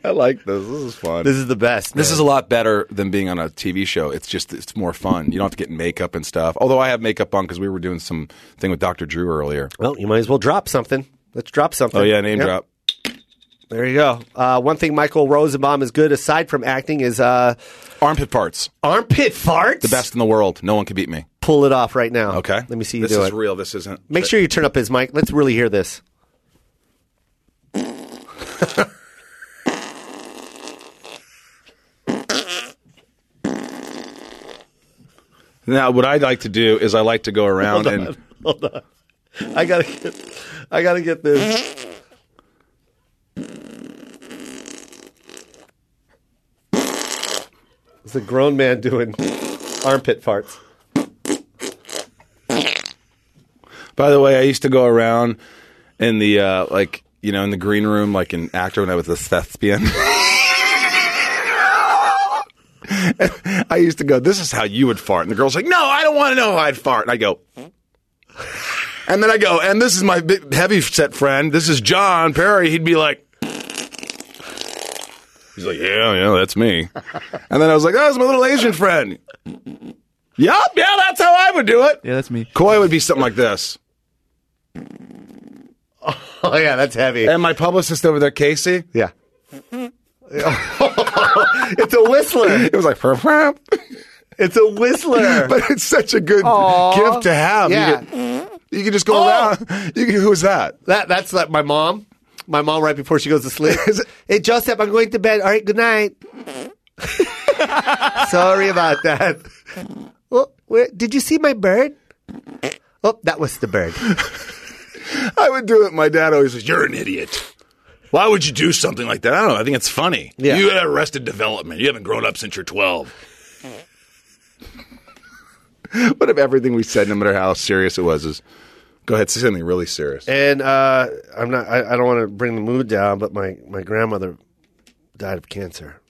I like this. This is fun. This is the best. This man. is a lot better than being on a TV show. It's just it's more fun. You don't have to get makeup and stuff. Although I have makeup on because we were doing some thing with Dr. Drew earlier. well, you might as well drop something. Let's drop something. Oh yeah, name Yep. drop. There you go. Uh, one thing Michael Rosenbaum is good aside from acting is uh, Armpit parts, armpit farts. The best in the world. No one can beat me. Pull it off right now. Okay, Let me see you This do is it. real. This isn't. Make sure you turn up his mic. Let's really hear this. Now, what I'd like to do is I like to go around and I gotta get, I gotta get this. It's a grown man doing armpit farts. By the way, I used to go around in the uh, like you know in the green room like an actor when I was a thespian. I used to go. This is how you would fart, and the girl's like, "No, I don't want to know how I'd fart." And I go, and then I go, and this is my big, heavy set friend. This is John Perry. He'd be like. He's like, yeah, yeah, that's me. And then I was like, that was my little Asian friend. Yup, yeah, that's how I would do it. Yeah, that's me. Koi would be something like this. Oh yeah, that's heavy. And my publicist over there, Casey, Yeah. it's a whistler. it was like, "Perp, perp." It's a whistler. but it's such a good gift to have. Yeah. You, can, you can just go Oh. around. You can, who's that? That that's like my mom. My mom right before she goes to sleep. hey Joseph, I'm going to bed. All right, good night. Sorry about that. Well, where, did you see my bird? Oh, that was the bird. I would do it. My dad always says, "You're an idiot." Why would you do something like that? I don't know. I think it's funny. Yeah. You had arrested development. You haven't grown up since you're 12. what if everything we said, no matter how serious it was, is go ahead, say something really serious. And uh, I'm not. I, I don't want to bring the mood down, but my my grandmother died of cancer.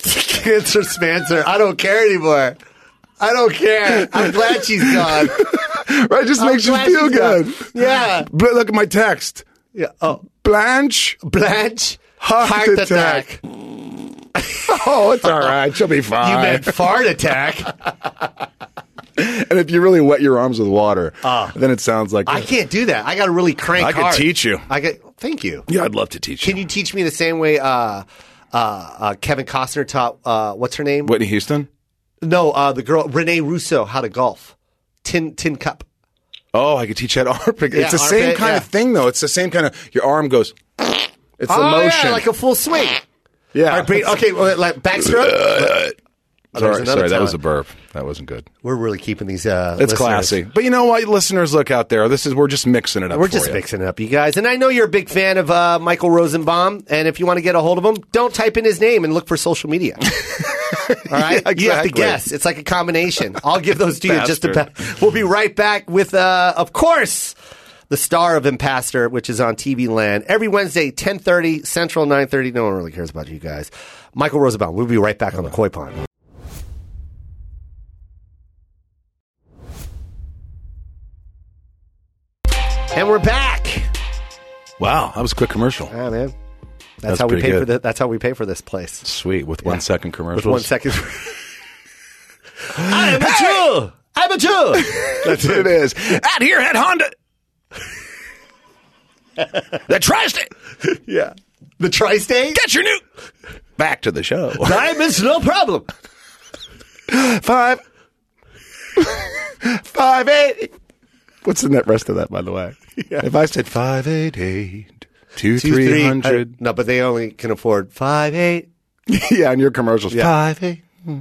cancer spancer. I don't care anymore. I don't care. I'm glad she's gone. Right? Oh, Just I'm makes you glad feel she's good. gone. Yeah. But look at my text. Yeah. Oh, Blanche. Blanche. Heart attack. Oh, it's all right. She'll be fine. You meant fart attack. And if you really wet your arms with water, Ah. then it sounds like I can't do that. I got to really crank. I could hard. teach you. I could. Thank you. Yeah, I'd love to teach Can you teach me the same way? Uh, uh, uh, Kevin Costner taught. Uh, what's her name? Whitney Houston? No, uh, the girl Renee Russo how to golf. Tin tin cup. Oh, I could teach that armpit. Yeah, it's the same armpit, kind yeah. of thing, though. It's the same kind of your arm goes. It's the Oh, motion. yeah, like a full swing. Yeah. All right, bring, okay, well, like backstroke. Oh, there's Uh, sorry, another sorry that time. was a burp. That wasn't good. We're really keeping these. Uh, It's listeners. classy. But you know what, listeners, look out there. This is we're just mixing it up. We're for just you. mixing it up, you guys. And I know you're a big fan of uh, Michael Rosenbaum. And if you want to get a hold of him, don't type in his name and look for social media. All right, Yeah, you have to exactly. guess. It's like a combination. I'll give those to you just Bastard. about. We'll be right back with, uh, of course, the star of Impastor, which is on TV Land every Wednesday, ten thirty Central, nine thirty. No one really cares about you guys. Michael Rosenbaum. We'll be right back on the Koi Pond. And we're back. Wow, that was a quick commercial. Ah, man. That's, That's how we pretty pay good. for the, That's how we pay for this place. Sweet with one second commercials. With one second. I am a Jew. I'm a Jew. That's what it is. Out here at Honda. that trust it. Yeah. The tri-state? Get your new. Back to the show. Diamonds, no problem. Five. five eight. What's the net rest of that, by the way? If I said five eight eight two three hundred, No, but they only can afford five, eight. yeah, on your commercials, Yeah. five eight. uh,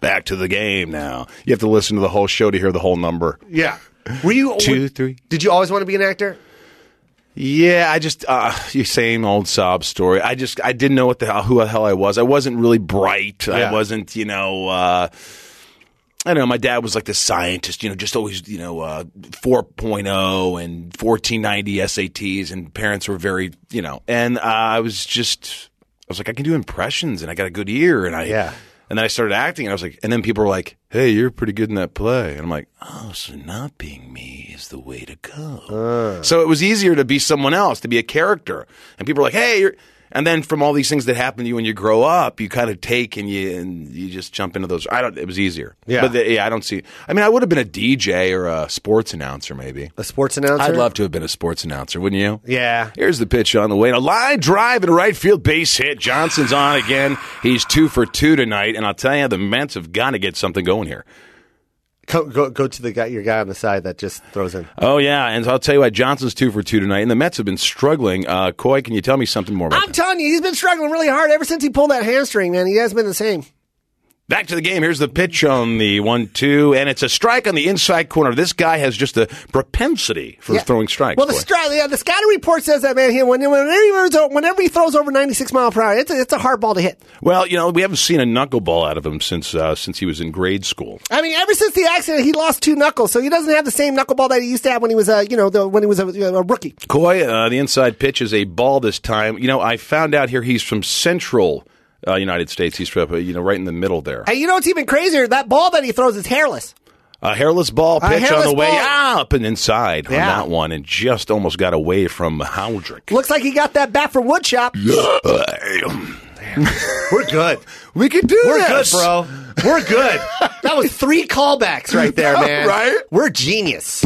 Back to the game now. You have to listen to the whole show to hear the whole number. Yeah. Were Oh, you Two, three. Did you always want to be an actor? Yeah, I just uh, you same old sob story. I just I didn't know what the hell, who the hell I was. I wasn't really bright. Yeah. I wasn't, you know. Uh, I don't know. My dad was like the scientist, you know, just always, you know, uh, 4.0 and 1490 SATs, and parents were very, you know, and uh, I was just, I was like, I can do impressions, and I got a good ear, and I, Yeah. and then I started acting, and I was like, and then people were like, hey, you're pretty good in that play, and I'm like, oh, so not being me is the way to go. So it was easier to be someone else, to be a character. And people are like, hey, you're. And then from all these things that happen to you when you grow up, you kind of take and you and you just jump into those. I don't. It was easier. Yeah. But the, yeah, I don't see. I mean, I would have been a DJ or a sports announcer, maybe. A sports announcer? I'd love to have been a sports announcer, wouldn't you? Yeah. Here's the pitch on the way. A line drive and a right field base hit. Johnson's on again. He's two for two tonight. And I'll tell you, the Mets have got to get something going here. Go, go, go to the guy, your guy on the side that just throws in. Oh yeah, and I'll tell you what, Johnson's two for two tonight, and the Mets have been struggling. Uh, Coy, can you tell me something more about I'm telling you, he's been struggling really hard ever since he pulled that hamstring, man. He has been the same. Back to the game. Here's the pitch on the one two, and it's a strike on the inside corner. This guy has just a propensity for Yeah. throwing strikes. Well, the, boy. stri- yeah, the scouting report says that man here when- whenever he throws, whenever he throws over 96 mile per hour, it's a, it's a hard ball to hit. well, you know, we haven't seen a knuckleball out of him since uh, since he was in grade school. I mean, ever since the accident, he lost two knuckles, so he doesn't have the same knuckleball that he used to have when he was a you know the, when he was a, a rookie. Coy, uh, the inside pitch is a ball this time. You know, I found out here he's from Central uh, United States. He's from uh, you know right in the middle there. And you know what's even crazier? That ball that he throws is hairless. A hairless ball A pitch hairless on the way ball. up and inside on Yeah. that one, and just almost got away from Howdrick. Looks like he got that bat from woodshop. We're good. We can do We're this, good, bro. We're good. that was three callbacks right there, man. Right? We're genius.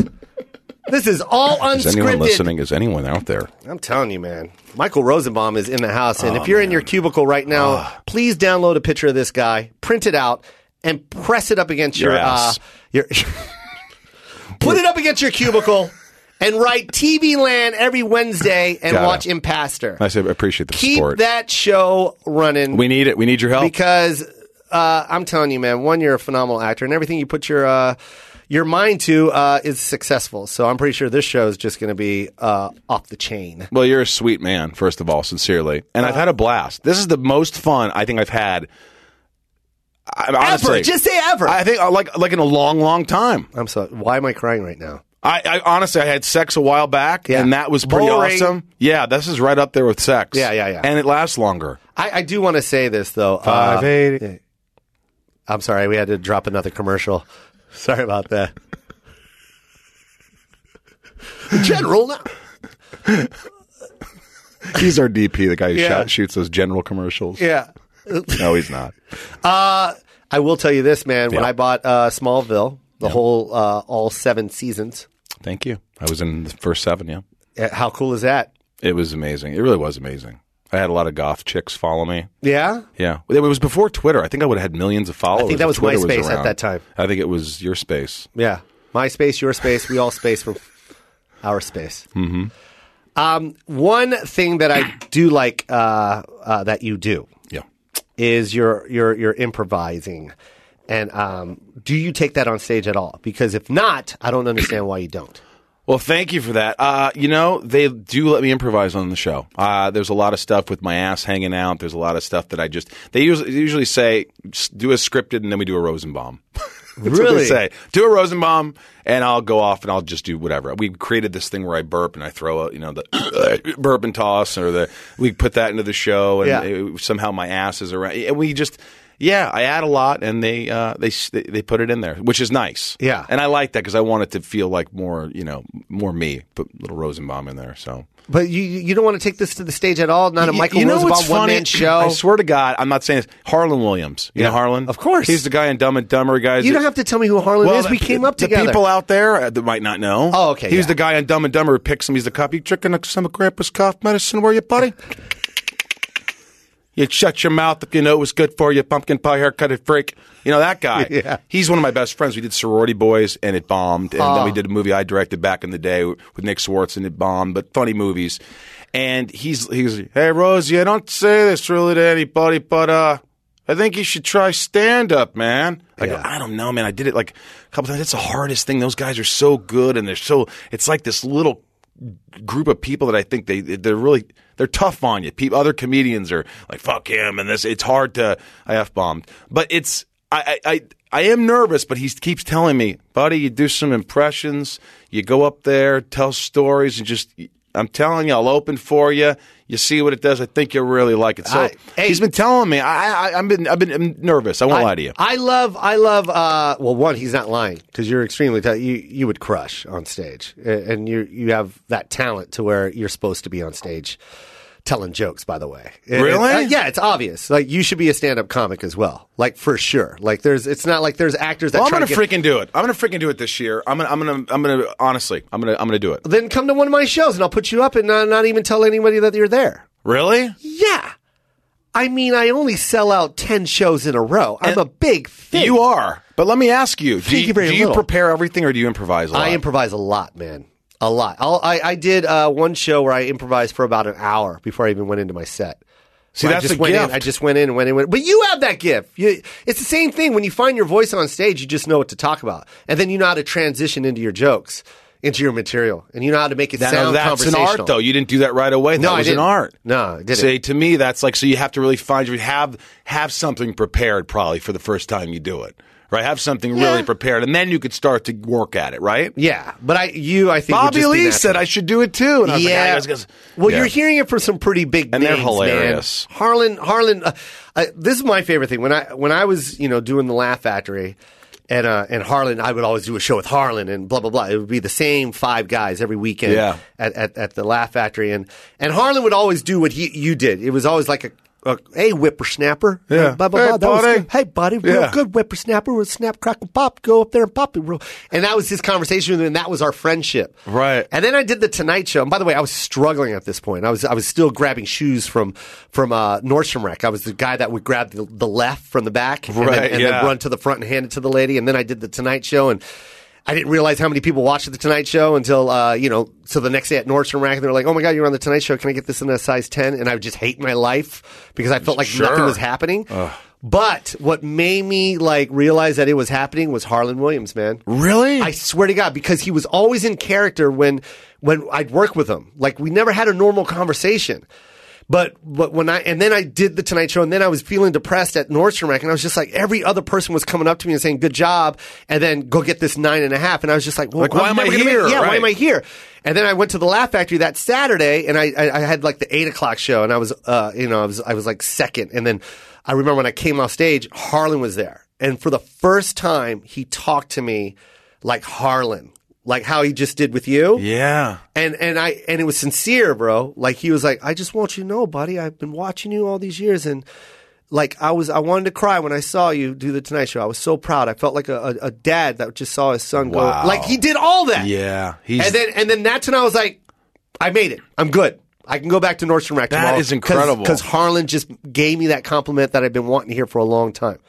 This is all Is anyone unscripted. listening? Is anyone out there? I'm telling you, man. Michael Rosenbaum is in the house, and Oh, if you're in your cubicle right now, Ah. please download a picture of this guy, print it out, and press it up against your, Your uh, ass. your put it up against your cubicle, and write TV Land every Wednesday and Gotta. watch Impaster. I say, I appreciate the Keep support. that show running we need it. We need your help. because uh, I'm telling you, man. One, you're a phenomenal actor, and everything you put your uh, your mind to uh, is successful. So I'm pretty sure this show is just going to be uh, off the chain. well, you're a sweet man, first of all, sincerely, and I've had a blast. This is the most fun I think I've had. I, honestly, ever, just say ever. I think uh, like like in a long, long time. I'm sorry. Why am I crying right now? I, I honestly, I had sex a while back, Yeah. and that was pretty Boring. awesome. Yeah, this is right up there with sex. Yeah, yeah, yeah. And it lasts longer. I, I do want to say this though. Five Uh, eight. I'm sorry, we had to drop another commercial. Sorry about that. General, now. He's our DP, the guy who Yeah. shot, shoots those general commercials. yeah. No, he's not. Uh, I will tell you this, man. When Yeah. I bought uh, Smallville, the whole uh, all seven seasons. Thank you. I was in the first seven. Yeah, uh, How cool is that? it was amazing. It really was amazing. I had a lot of goth chicks follow me. Yeah. Yeah, it was before Twitter. I think I would have had millions of followers. that if was Twitter MySpace at around. that time. I think it was your space. Yeah. My space, your space, we all space from our space. Mm-hmm. Um, one thing that I do like uh, uh, that you do Yeah. is your your your improvising, and um, do you take that on stage at all? Because if not, I don't understand why you don't. Well, thank you for that. Uh, you know, they do let me improvise on the show. Uh, there's a lot of stuff with my ass hanging out. There's a lot of stuff that I just they usually, usually say "S- do a scripted and then we do a Rosenbaum. That's what Really? they say. Do a Rosenbaum and I'll go off and I'll just do whatever. We created this thing where I burp and I throw out, you know, the burp and toss or the we put that into the show and Yeah. it- somehow my ass is around and we just yeah, I add a lot and they uh, they s- they put it in there, which is nice. Yeah. And I like that because I want it to feel like more, you know, more me, but little Rosenbaum in there. So But you you don't want to take this to the stage at all. Not a Y- Michael you know Rosenbaum what's one funny? man show. I swear to God, I'm not saying this. Harlan Williams, you know Harlan, Of course. he's the guy in Dumb and Dumber. Guys, you don't have to tell me who Harlan Well, is. the- We came up the together. people out there uh, that might not know. Oh, okay, He was yeah. the guy on Dumb and Dumber who picks him. He's the cop. You drinking some of Grandpa's cough medicine? Were you, buddy? You shut your mouth if you know it was good for you, pumpkin pie haircutted freak. You know that guy. Yeah. He's one of my best friends. We did Sorority Boys and it bombed, and then we did a movie I directed back in the day with Nick Swartz and it bombed, but funny movies. And he's he's hey Rose, you don't say this really to anybody, but uh, I think you should try stand up, man. I go, I don't know, man. I did it like a couple times. It's the hardest thing. Those guys are so good, and they're so. It's like this little group of people that I think they they're really they're tough on you. People, other comedians are like fuck him and this. It's hard to I f bombed, but it's I I. I I am nervous, but he keeps telling me, buddy, you do some impressions, you go up there, tell stories, and just, I'm telling you, I'll open for you. You see what it does. I think you'll really like it. So I- hey. he's been telling me. I, I, I've been, I've been I'm nervous. I won't lie to you. I love, I love. Uh, well, one, he's not lying because you're extremely. ta- you you would crush on stage, A- and you you have that talent to where you're supposed to be on stage, telling jokes. By the way, It- it- Really? uh, yeah, it's obvious. Like you should be a stand up comic as well. Like for sure. Like there's, it's not like there's actors that. Well, I'm try gonna to get- freaking do it. I'm gonna freaking do it this year. I'm gonna, I'm gonna, I'm gonna. Honestly, I'm gonna, I'm gonna do it. Then come to one of my shows, and I'll put you up, and not, not even tell anybody that you're there. Really? Yeah. I mean, I only sell out ten shows in a row. I'm a big thing. You are. But let me ask you: Do Thank you, you very do you little. prepare everything, or do you improvise a lot? I improvise a lot, man. A lot. I'll, I I did uh, one show where I improvised for about an hour before I even went into my set. See, I that's just a went gift. In, I just went in and went in. Went, but you have that gift. You, it's the same thing. When you find your voice on stage, you just know what to talk about, and then you know how to transition into your jokes, into your material, and you know how to make it That- sound that's an conversational. art, though. You didn't do that right away. No, that I was didn't. an art. No, I didn't. See, to me, that's like so. You have to really find you have have something prepared probably for the first time you do it, right? Have something really prepared, and then you could start to work at it, right? Yeah, but I you I think would Bobby just be Lee natural. said I should do it too, and I was like, yeah. "Ah, it's 'cause-" well, Yeah. you're hearing it from some pretty big And they're names, man. hilarious. Harlan, Harlan, uh, uh, this is my favorite thing. When I when I was you know doing the Laugh Factory, and uh, and Harlan, I would always do a show with Harlan and blah blah blah. It would be the same five guys every weekend Yeah. at, at at the Laugh Factory, and and Harlan would always do what he you did. It was always like a. a hey, whippersnapper! Yeah. blah blah Hey, blah. That was buddy. good. Hey, buddy, real Yeah. good whippersnapper with snap, crack, and pop. Go up there and pop it real. And that was his conversation, with him, and that was our friendship. Right. And then I did the Tonight Show. And by the way, I was struggling at this point. I was I was still grabbing shoes from from uh, Nordstrom Rack. I was the guy that would grab the, the left from the back and, Right, then, and yeah. then run to the front and hand it to the lady. And then I did the Tonight Show and. I didn't realize how many people watched the Tonight Show until, uh, you know, so the next day at Nordstrom Rack, and they're like, "Oh my God, you're on the Tonight Show! Can I get this in a size 10? And I would just hate my life because I felt like nothing Sure. was happening. But what made me like realize that it was happening was Harlan Williams, man. Really? I swear to God, because he was always in character when when I'd work with him. Like we never had a normal conversation. But but when I and then I did the Tonight Show and then I was feeling depressed at Nordstrom Rack and I was just like every other person was coming up to me and saying good job and then go get this nine and a half and I was just like well, Like, why I'm am I never gonna here? make- yeah why Right. am I here and then I went to the Laugh Factory that Saturday and I I, I had like the eight o'clock show and I was uh you know I was I was like second and then I remember when I came off stage Harlan was there and for the first time he talked to me like Harlan like how he just did with you yeah, and and I and it was sincere, bro. Like he was like, I just want you to know, buddy. I've been watching you all these years, and like I was, I wanted to cry when I saw you do the Tonight Show. I was so proud. I felt like a, a, a dad that just saw his son Wow. go. Like he did all that. yeah. He's And then and then that's when I was like, I made it. I'm good. I can go back to Nordstrom Rack That tomorrow. is incredible. Because Harlan just gave me that compliment that I've been wanting to hear for a long time.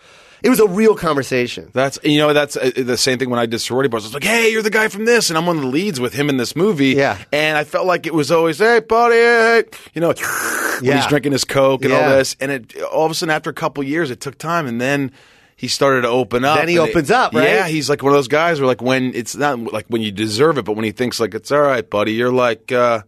It was a real conversation. That's you know that's uh, the same thing when I did sorority bars. I was like, "Hey, you're the guy from this," and I'm one of the leads with him in this movie. Yeah. and I felt like it was always, "Hey, buddy," hey," you know, when he's Yeah. drinking his coke and all Yeah. this. And it all of a sudden, after a couple years, it took time, and then he started to open up. Then he and opens up, right? Yeah, he's like one of those guys where like when it's not like when you deserve it, but when he thinks like it's all right, buddy, you're like. uh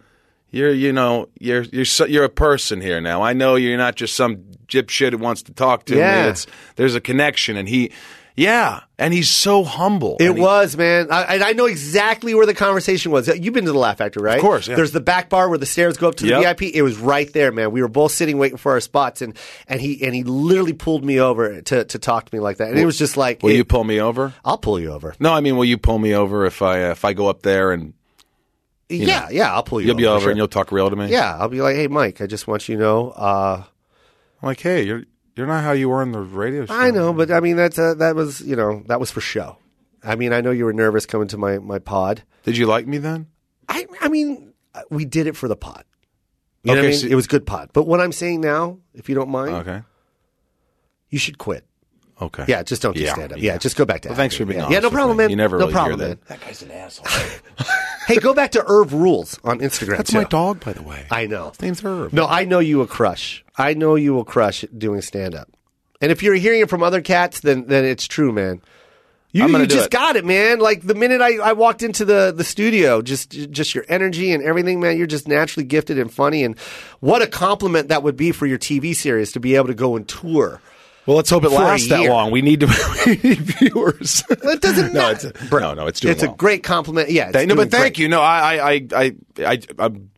you're, you know, you're you're so, you're a person here now. I know you're not just some dipshit who wants to talk to Yeah. me. It's there's a connection and he yeah and he's so humble It And he- was, man. I, and I know exactly where the conversation was. You've been to the Laugh Factory, right? Of course, yeah. There's the back bar where the stairs go up to the Yep. VIP. It was right there, man. We were both sitting waiting for our spots, and, and he and he literally pulled me over to, to talk to me like that. And it was just like, will it- you pull me over I'll pull you over. no i mean will you pull me over if i uh, if i go up there and yeah, yeah, I'll pull you. you'll over be for over sure. and you'll talk real to me yeah, I'll be like, hey, Mike, I just want you to know. Uh, i'm like hey you're you're not how you were on the radio show I know, but I mean that's uh, that was you know that was for show. I mean, I know you were nervous coming to my my pod. did you like me then I I mean, uh, we did it for the pod. You know what Okay, I mean? so- it was good pod. But what I'm saying now, if you don't mind, okay you should quit. okay Yeah, just don't do Yeah, stand up. yeah. Yeah. just go back to. Well, thanks acting. for being yeah. honest Yeah, no with problem, me. man. You never really no hear problem, that. man. guy's an asshole. hey, go back to Irv Rules on Instagram. that's my too. dog by the way I know. his name's herb No, I know you will crush. I know you will crush doing stand up. And if you're hearing it from other cats, then then it's true, man. You, I'm gonna you do just it. got it, man. Like the minute I, I walked into the, the studio, just just your energy and everything, man. You're just naturally gifted and funny. And what a compliment that would be for your TV series to be able to go and tour. well let's hope it For a lasts that year. long we need to we need viewers It doesn't no it's matter. no no it's doing it's well. a great compliment. Yeah, it's Thank- no doing but thank great. you no I, I i i i i'm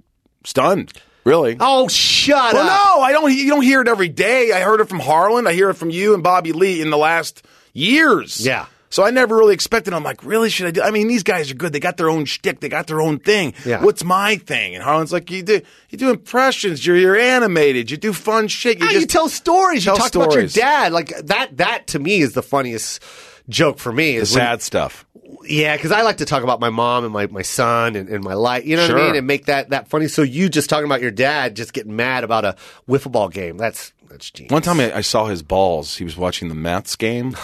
stunned really Oh, shut Well, up! no, I don't. You don't hear it every day. I heard it from Harlan. I hear it from you and Bobby Lee in the last years. Yeah. So I never really expected. I'm like, really? Should I do? I mean, these guys are good. They got their own shtick. They got their own thing. Yeah. What's my thing? And Harlan's like, you do. You do impressions. You're you're animated. You do fun shit. You Yeah, just you tell stories. tell you talk about your stories. dad. Like that. That to me is the funniest joke for me. Is when- stuff. yeah, because I like to talk about my mom and my, my son and, and my life. You know what Sure. I mean? And make that that funny. So you just talking about your dad just getting mad about a wiffle ball game. That's that's genius. One time I, I saw his balls. He was watching the Mets game.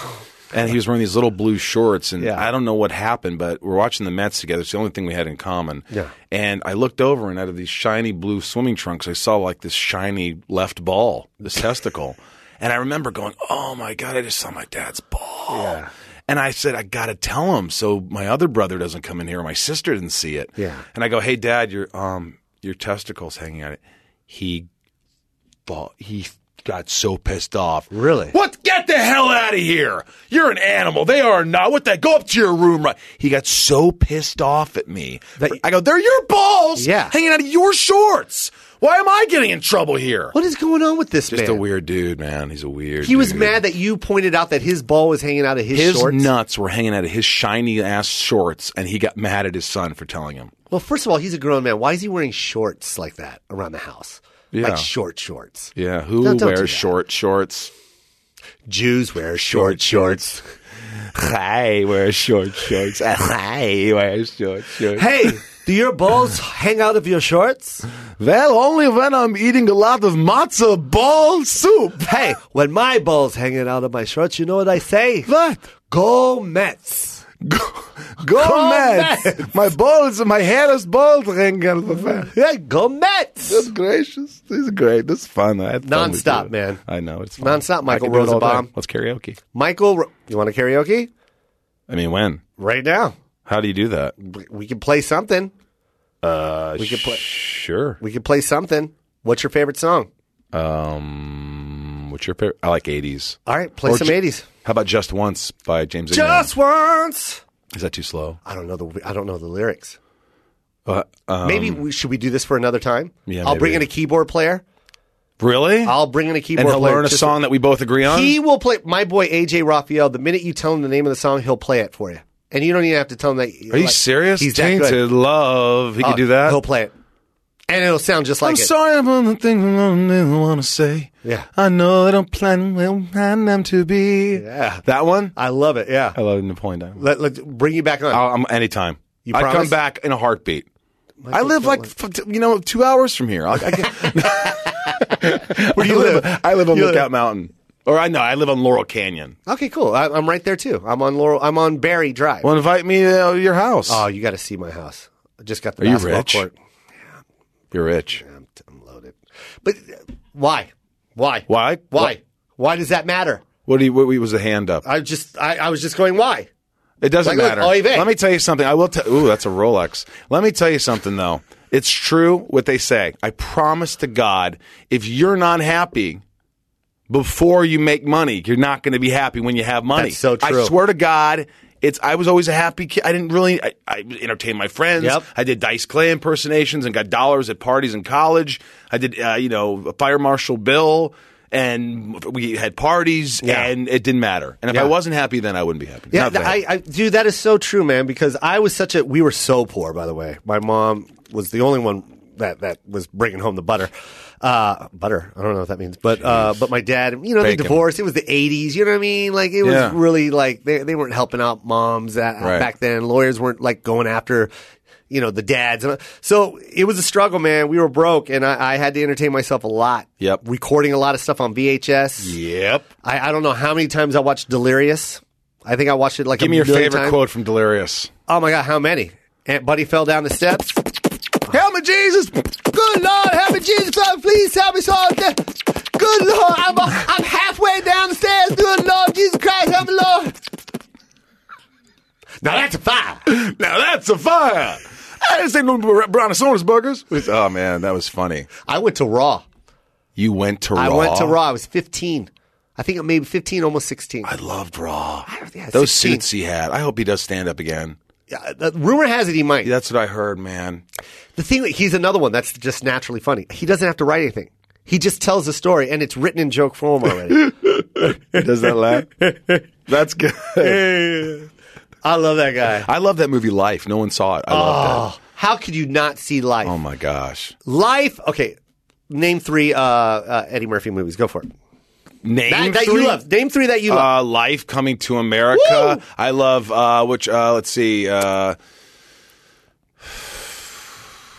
and he was wearing these little blue shorts. And Yeah. I don't know what happened, but we're watching the Mets together. It's the only thing we had in common. Yeah. And I looked over, and out of these shiny blue swimming trunks, I saw like this shiny left ball, this testicle. And I remember going, "Oh my god, I just saw my dad's ball." Yeah. And I said, I gotta tell him so my other brother doesn't come in here. or My sister didn't see it. Yeah. And I go, Hey, Dad, your um your testicles hanging out. He thought he got so pissed off. Really? What? Get the hell out of here! You're an animal. They are not. What the? Go up to your room. Right? He got so pissed off at me. That- I go, they're your balls. Yeah. Hanging out of your shorts. Why am I getting in trouble here? What is going on with this Just man? a weird dude, man. He's a weird. He was dude. mad that you pointed out that his ball was hanging out of his, His shorts. nuts were hanging out of his shiny ass shorts, and he got mad at his son for telling him. Well, first of all, he's a grown man. Why is he wearing shorts like that around the house? Yeah. Like short shorts. Yeah, who Don't- don't do that. wears short shorts? Jews wear short shorts. I wear short shorts. I wear short shorts. hey, do your balls hang out of your shorts? Well, only when I'm eating a lot of matzo ball soup. Hey, when my balls hanging out of my shorts, you know what I say? What? Go Mets. Go, Go Mets. My balls, my hair is bald ring. Yeah, go Mets. That's gracious. This is great. This is fun. I had fun with Nonstop, you. man. I know it's fun. Nonstop, I Michael could do it all day. Rosenbaum. Let's karaoke. Michael, Ro- you want to karaoke? I mean, when? Right now. How do you do that? We- We can play something. Uh, We could play- Sure. We can play something. What's your favorite song? Um, what's your favorite? I like '80s. All right, play Or some ju- 80s. How about "Just Once" by James? Just once. Ingram? is that too slow? I don't know the I don't know the lyrics. Uh, um, Maybe we, should we do this for another time? Yeah, I'll bring in maybe. a keyboard player. really. I'll bring in a keyboard and he'll player. learn a Just- song that we both agree on. He will play my boy AJ Raphael. The minute you tell him the name of the song, he'll play it for you, and you don't even have to tell him that. Are you serious? He's that Tainted good. love. He Oh, could do that. He'll play it, and it'll sound just like I'm it. sorry about the things I don't want to say. Yeah. I know that I'm planning where I'm meant to be. Yeah. That one? I love it. Yeah, I love Napoleon Dynamite. let, let bring you back on. Oh. I'll, I'm anytime. You I'd come promise? back in a heartbeat. I live like, f- you know, two hours from here. I, I, can- Where do you I live? I live on You Lookout Mountain. Or I know, I live on Laurel Canyon. Okay, cool. I, I'm right there too. I'm on Laurel. I'm on Barry Drive. Well, invite me to your house. Oh, you got to see my house. I just got the Are you basketball rich? court. You're rich. I'm, I'm loaded. But uh, why? Why? Why? Why? Why does that matter? What, do you, what was the hand up? I just I, I was just going why? It doesn't Like, look, matter. oy vey. Let me tell you something. I will tell. Ooh, that's a Rolex. Let me tell you something though. It's true what they say. I promise to God, if you're not happy before you make money, you're not going to be happy when you have money. That's so true. I swear to God. It's. I was always a happy kid. I didn't really. I, I entertained my friends. Yep. I did Dice Clay impersonations and got dollars at parties in college. I did, uh, you know, Fire Marshal Bill, and we had parties, Yeah. and it didn't matter. And if Yeah. I wasn't happy, then I wouldn't be happy. Yeah, Not th- that. I, I dude, that is so true, man. Because I was such a we were so poor, by the way. My mom was the only one that that was bringing home the butter, uh, butter. I don't know what that means, but uh, but my dad, you know, they Bacon. divorced. It was the eighties. You know what I mean? Like it was Yeah. really like they they weren't helping out moms that, Right. back then. Lawyers weren't like going after. You know the dads, and uh, so it was a struggle, man. We were broke, and I, I had to entertain myself a lot. Yep. recording a lot of stuff on VHS. Yep. I, I don't know how many times I watched Delirious. I think I watched it like Give a me your million favorite times. quote from Delirious. Oh my god, how many? Aunt Buddy fell down the steps. Help me, Jesus! Good Lord, help me, Jesus, Lord, please help me, so I'm dead. Good Lord, I'm, I'm halfway down the stairs. Good Lord, Jesus Christ, help me, Lord. Now that's a fire. Now that's a fire! I didn't say no br- brontosaurus buggers. It's- Oh man, that was funny. I went to Raw. You went to Raw. I went to Raw. I was 15. I think maybe 15, almost 16. I loved Raw. yeah, Those 16. suits he had. I hope he does stand up again. Uh, uh, rumor has it he might. Yeah, That's what I heard, man. The thing that he's another one that's just naturally funny. He doesn't have to write anything. He just tells a story and it's written in joke form already. Does that laugh? That's good. I love that guy. I love that movie Life. No one saw it. I loved it. How could you not see life? Oh my gosh. life. Okay, name three uh, uh, Eddie Murphy movies. Go for it. Name That, that three? you love. Name three that you love. Uh, Life Coming to America. I love uh, which uh, let's see, uh,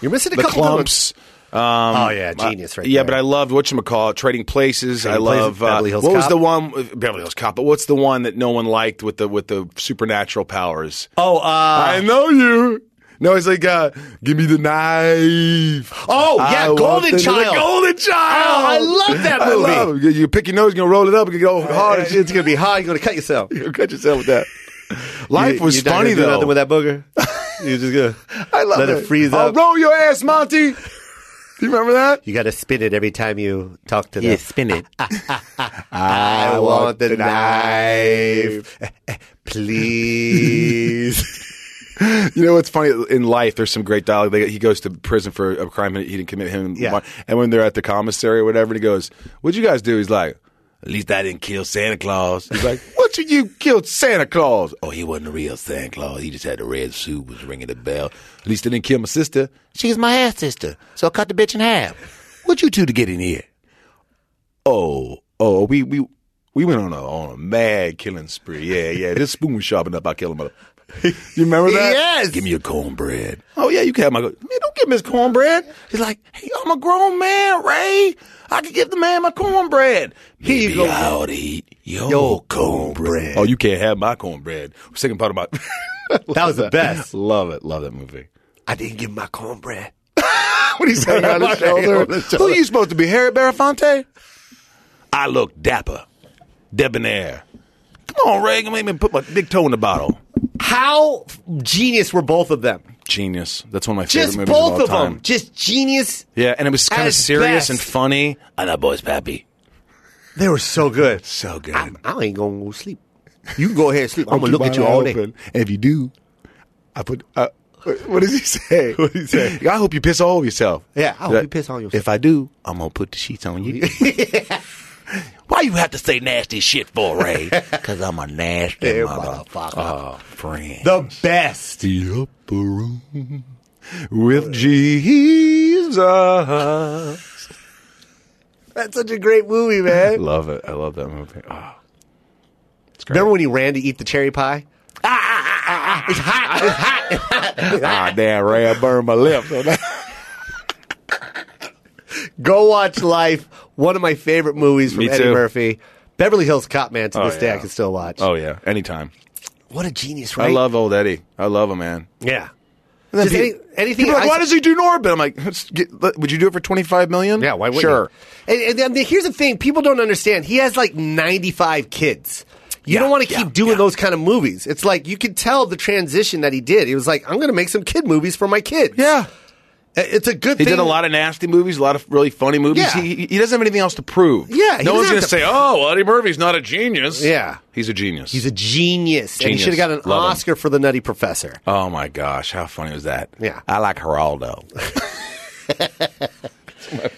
You're missing a The couple. good ones. Clumps. Um, Uh, oh yeah, genius, right? yeah, there. but I loved what you call Trading Places. I Trading Places, love uh, Beverly Hills what was Cop. the one Beverly Hills Cop? But what's the one that no one liked with the with the supernatural powers? oh, uh, I know you. No, it's like, uh, give me the knife. Oh, yeah, want Golden the- the Child. Golden Child. Oh, I love that I movie. love it. You pick your nose, you're going to roll it up, you go hard. as shit. it's gonna be hot. You're gonna cut yourself. You'll cut yourself with that. Life You- was you're not funny, gonna do though. Nothing with that booger. You're just gonna I love let it, freeze Oh, up. roll your ass, Monty. Do you remember that? You got to spin it every time you talk to them. Yeah, spin it. I want the knife, please. You know what's funny in life? There's some great dialogue. They, he goes to prison for a crime he didn't commit. Him, and Yeah. Mar- and when they're at the commissary or whatever, and he goes, "What'd you guys do?" He's like, "At least I didn't kill Santa Claus." He's like, "What you, you killed Santa Claus?" Oh, he wasn't a real Santa Claus. He just had a red suit, was ringing the bell. At least I didn't kill my sister. She's my half sister, so I cut the bitch in half. What you two to get in here? Oh, oh, we we we went on a on a mad killing spree. Yeah, yeah. This spoon was sharpened up. I killed him up. You remember that? Yes. Give me your cornbread. Oh yeah, you can have my. go- Man, don't give him his cornbread. He's like, hey, I'm a grown man, Ray. I can give the man my cornbread. Here you go. I ought to eat your, cornbread. Oh, you can't have my cornbread. Second part about that was the best. love it. Love that movie. I didn't give my cornbread. What he's saying on his shoulder. Who you supposed to be, Harry Belafonte? I look dapper, debonair. Come on, Ray, make me put my big toe in the bottle. How f- genius were both of them? Genius. That's one of my favorite Just movies of both all of time. them. Just genius. Yeah, and it was kind At of its serious best. and funny. And that boy's pappy. They were so good. So good. I, I ain't gonna go sleep. You can go ahead and sleep. I'm gonna look at you all day. And if you do, I put. Uh, what what does he say? what does he say? I hope you piss all over yourself. Yeah, I hope Like, you piss on yourself. If I do, I'm gonna put the sheets on you. Why you have to say nasty shit for Ray? Because I'm a nasty motherfucker. Oh, friend. The best. The upper room with Jesus. That's such a great movie, man. Love it. I love that movie. Oh. Remember when he ran to eat the cherry pie? It's hot. It's hot. Ah, damn, Ray, I burned my lips. on that. Go watch Life. One of my favorite movies from Me Eddie too. Murphy. Beverly Hills Cop, man. To Oh, this day, I yeah. can still watch. Oh yeah, anytime. What a genius, I right? love old Eddie. I love him, man. Yeah. Just any, anything. People are like, I- why does he do Norbit? I'm like, "Let's get- let- would you do it for 25 million? Yeah, why wouldn't Sure. you? And, and, then the- here's the thing: people don't understand. He has like 95 kids. You don't want to keep doing those kind of movies. It's like you could tell the transition that he did. He was like, "I'm going to make some kid movies for my kids." Yeah. I- it's a good. He thing. did a lot of nasty movies, a lot of really funny movies. Yeah. He, he- he doesn't have anything else to prove. Yeah, he No doesn't one's going have to to- say, oh, well, Eddie Murphy's not a genius. Yeah. He's a genius. He's a genius, and he Genius. should have got an Love him. Oscar for The Nutty Professor. oh my gosh, how funny was that? Yeah. I like Geraldo.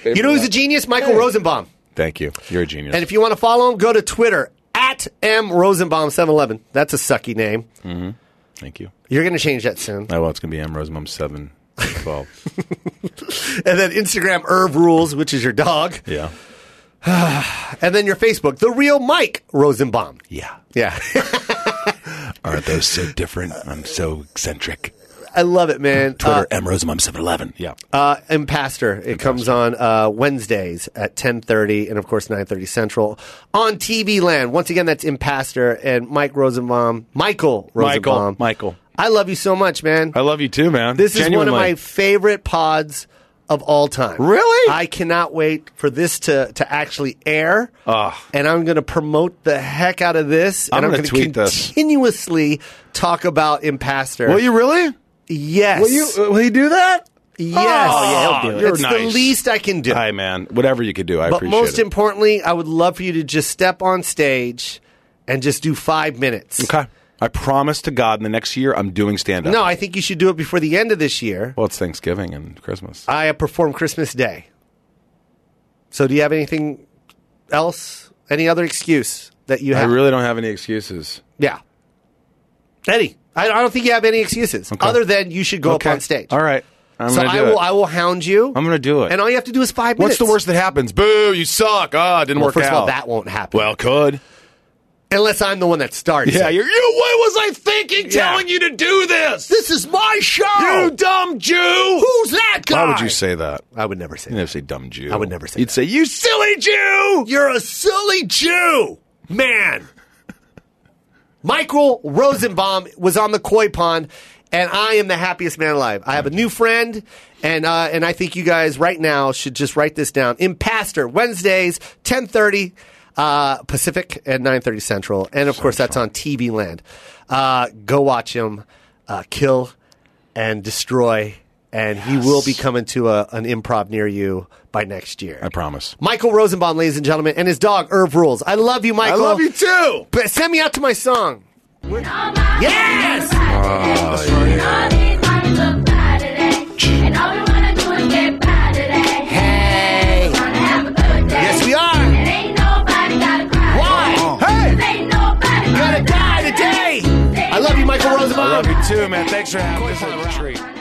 You know who's a genius? Michael Rosenbaum. Thank you. You're a genius. And if you want to follow him, go to Twitter at m rosenbaum 711. That's a sucky name. Thank you. You're going to change that soon. Oh, well, it's going to be M. Rosemum 7 12. And then Instagram Irv Rules, which is your dog. yeah. And then your Facebook, The Real Mike Rosenbaum. Yeah. Yeah. Aren't those so different? I'm so eccentric. I love it, man. Twitter, M. Rosemum 711. Yeah. Uh, uh, Impaster. It comes on uh, Wednesdays at 10.30 and, of course, 9.30 Central on TV Land. Once again, that's Impaster and Mike Rosenbaum. Michael Michael. Rosenbaum. Michael. I love you so much, man. I love you too, man. This is one Genuinely. of my favorite pods of all time. Really? I cannot wait for this to, to actually air. Ugh. And I'm going to promote the heck out of this. I'm and gonna I'm tweet to this. continuously talk about Impaster. Will you really? Yes. Will you? uh, Will he do that? Yes. Oh, yeah, he'll do it. You're It's the nice. least I can do. Hi, man. Whatever you could do, I but appreciate most it. importantly, I would love for you to just step on stage and just do five minutes. okay. I promise to God, in the next year, I'm doing stand up. No, I think you should do it before the end of this year. Well, it's Thanksgiving and Christmas. I perform Christmas Day. So, do you have anything else? Any other excuse that you I have? really don't have any excuses. yeah. Eddie, I, I don't think you have any excuses other than you should go Okay. up on stage. All right. I'm so gonna I do will. it. I will hound you. I'm gonna do it. And all you have to do is five What's minutes. the worst that happens? Boo! You suck. Ah, it didn't Well, work first out. of all, that won't happen. well, it could Unless I'm the one that starts. Yeah, it. you're, you. What was I thinking? Yeah. Telling you to do this? This is my show. You dumb Jew. Who's that guy? Why would you say that? I would never say You that. never say dumb Jew. I would never say You'd that. say you silly Jew. You're a silly Jew, man. Michael Rosenbaum was on the koi pond, and I am the happiest man alive. I have a new friend, and uh, and I think you guys right now should just write this down. Impastor Wednesdays, ten thirty uh, Pacific and nine thirty Central, and of course that's on TV Land. Uh, go watch him uh, kill and destroy, and he will be coming to a, an improv near you by next year. I promise. Michael Rosenbaum, ladies and gentlemen, and his dog, Irv Rules. I love you, I Michael. love you too. But send me out to my song. Yes! Hey! Yes, we are! Why? Hey, Gotta die today! I love you, Michael Rosenbaum. love you too, man. Thanks for having us. This is a treat.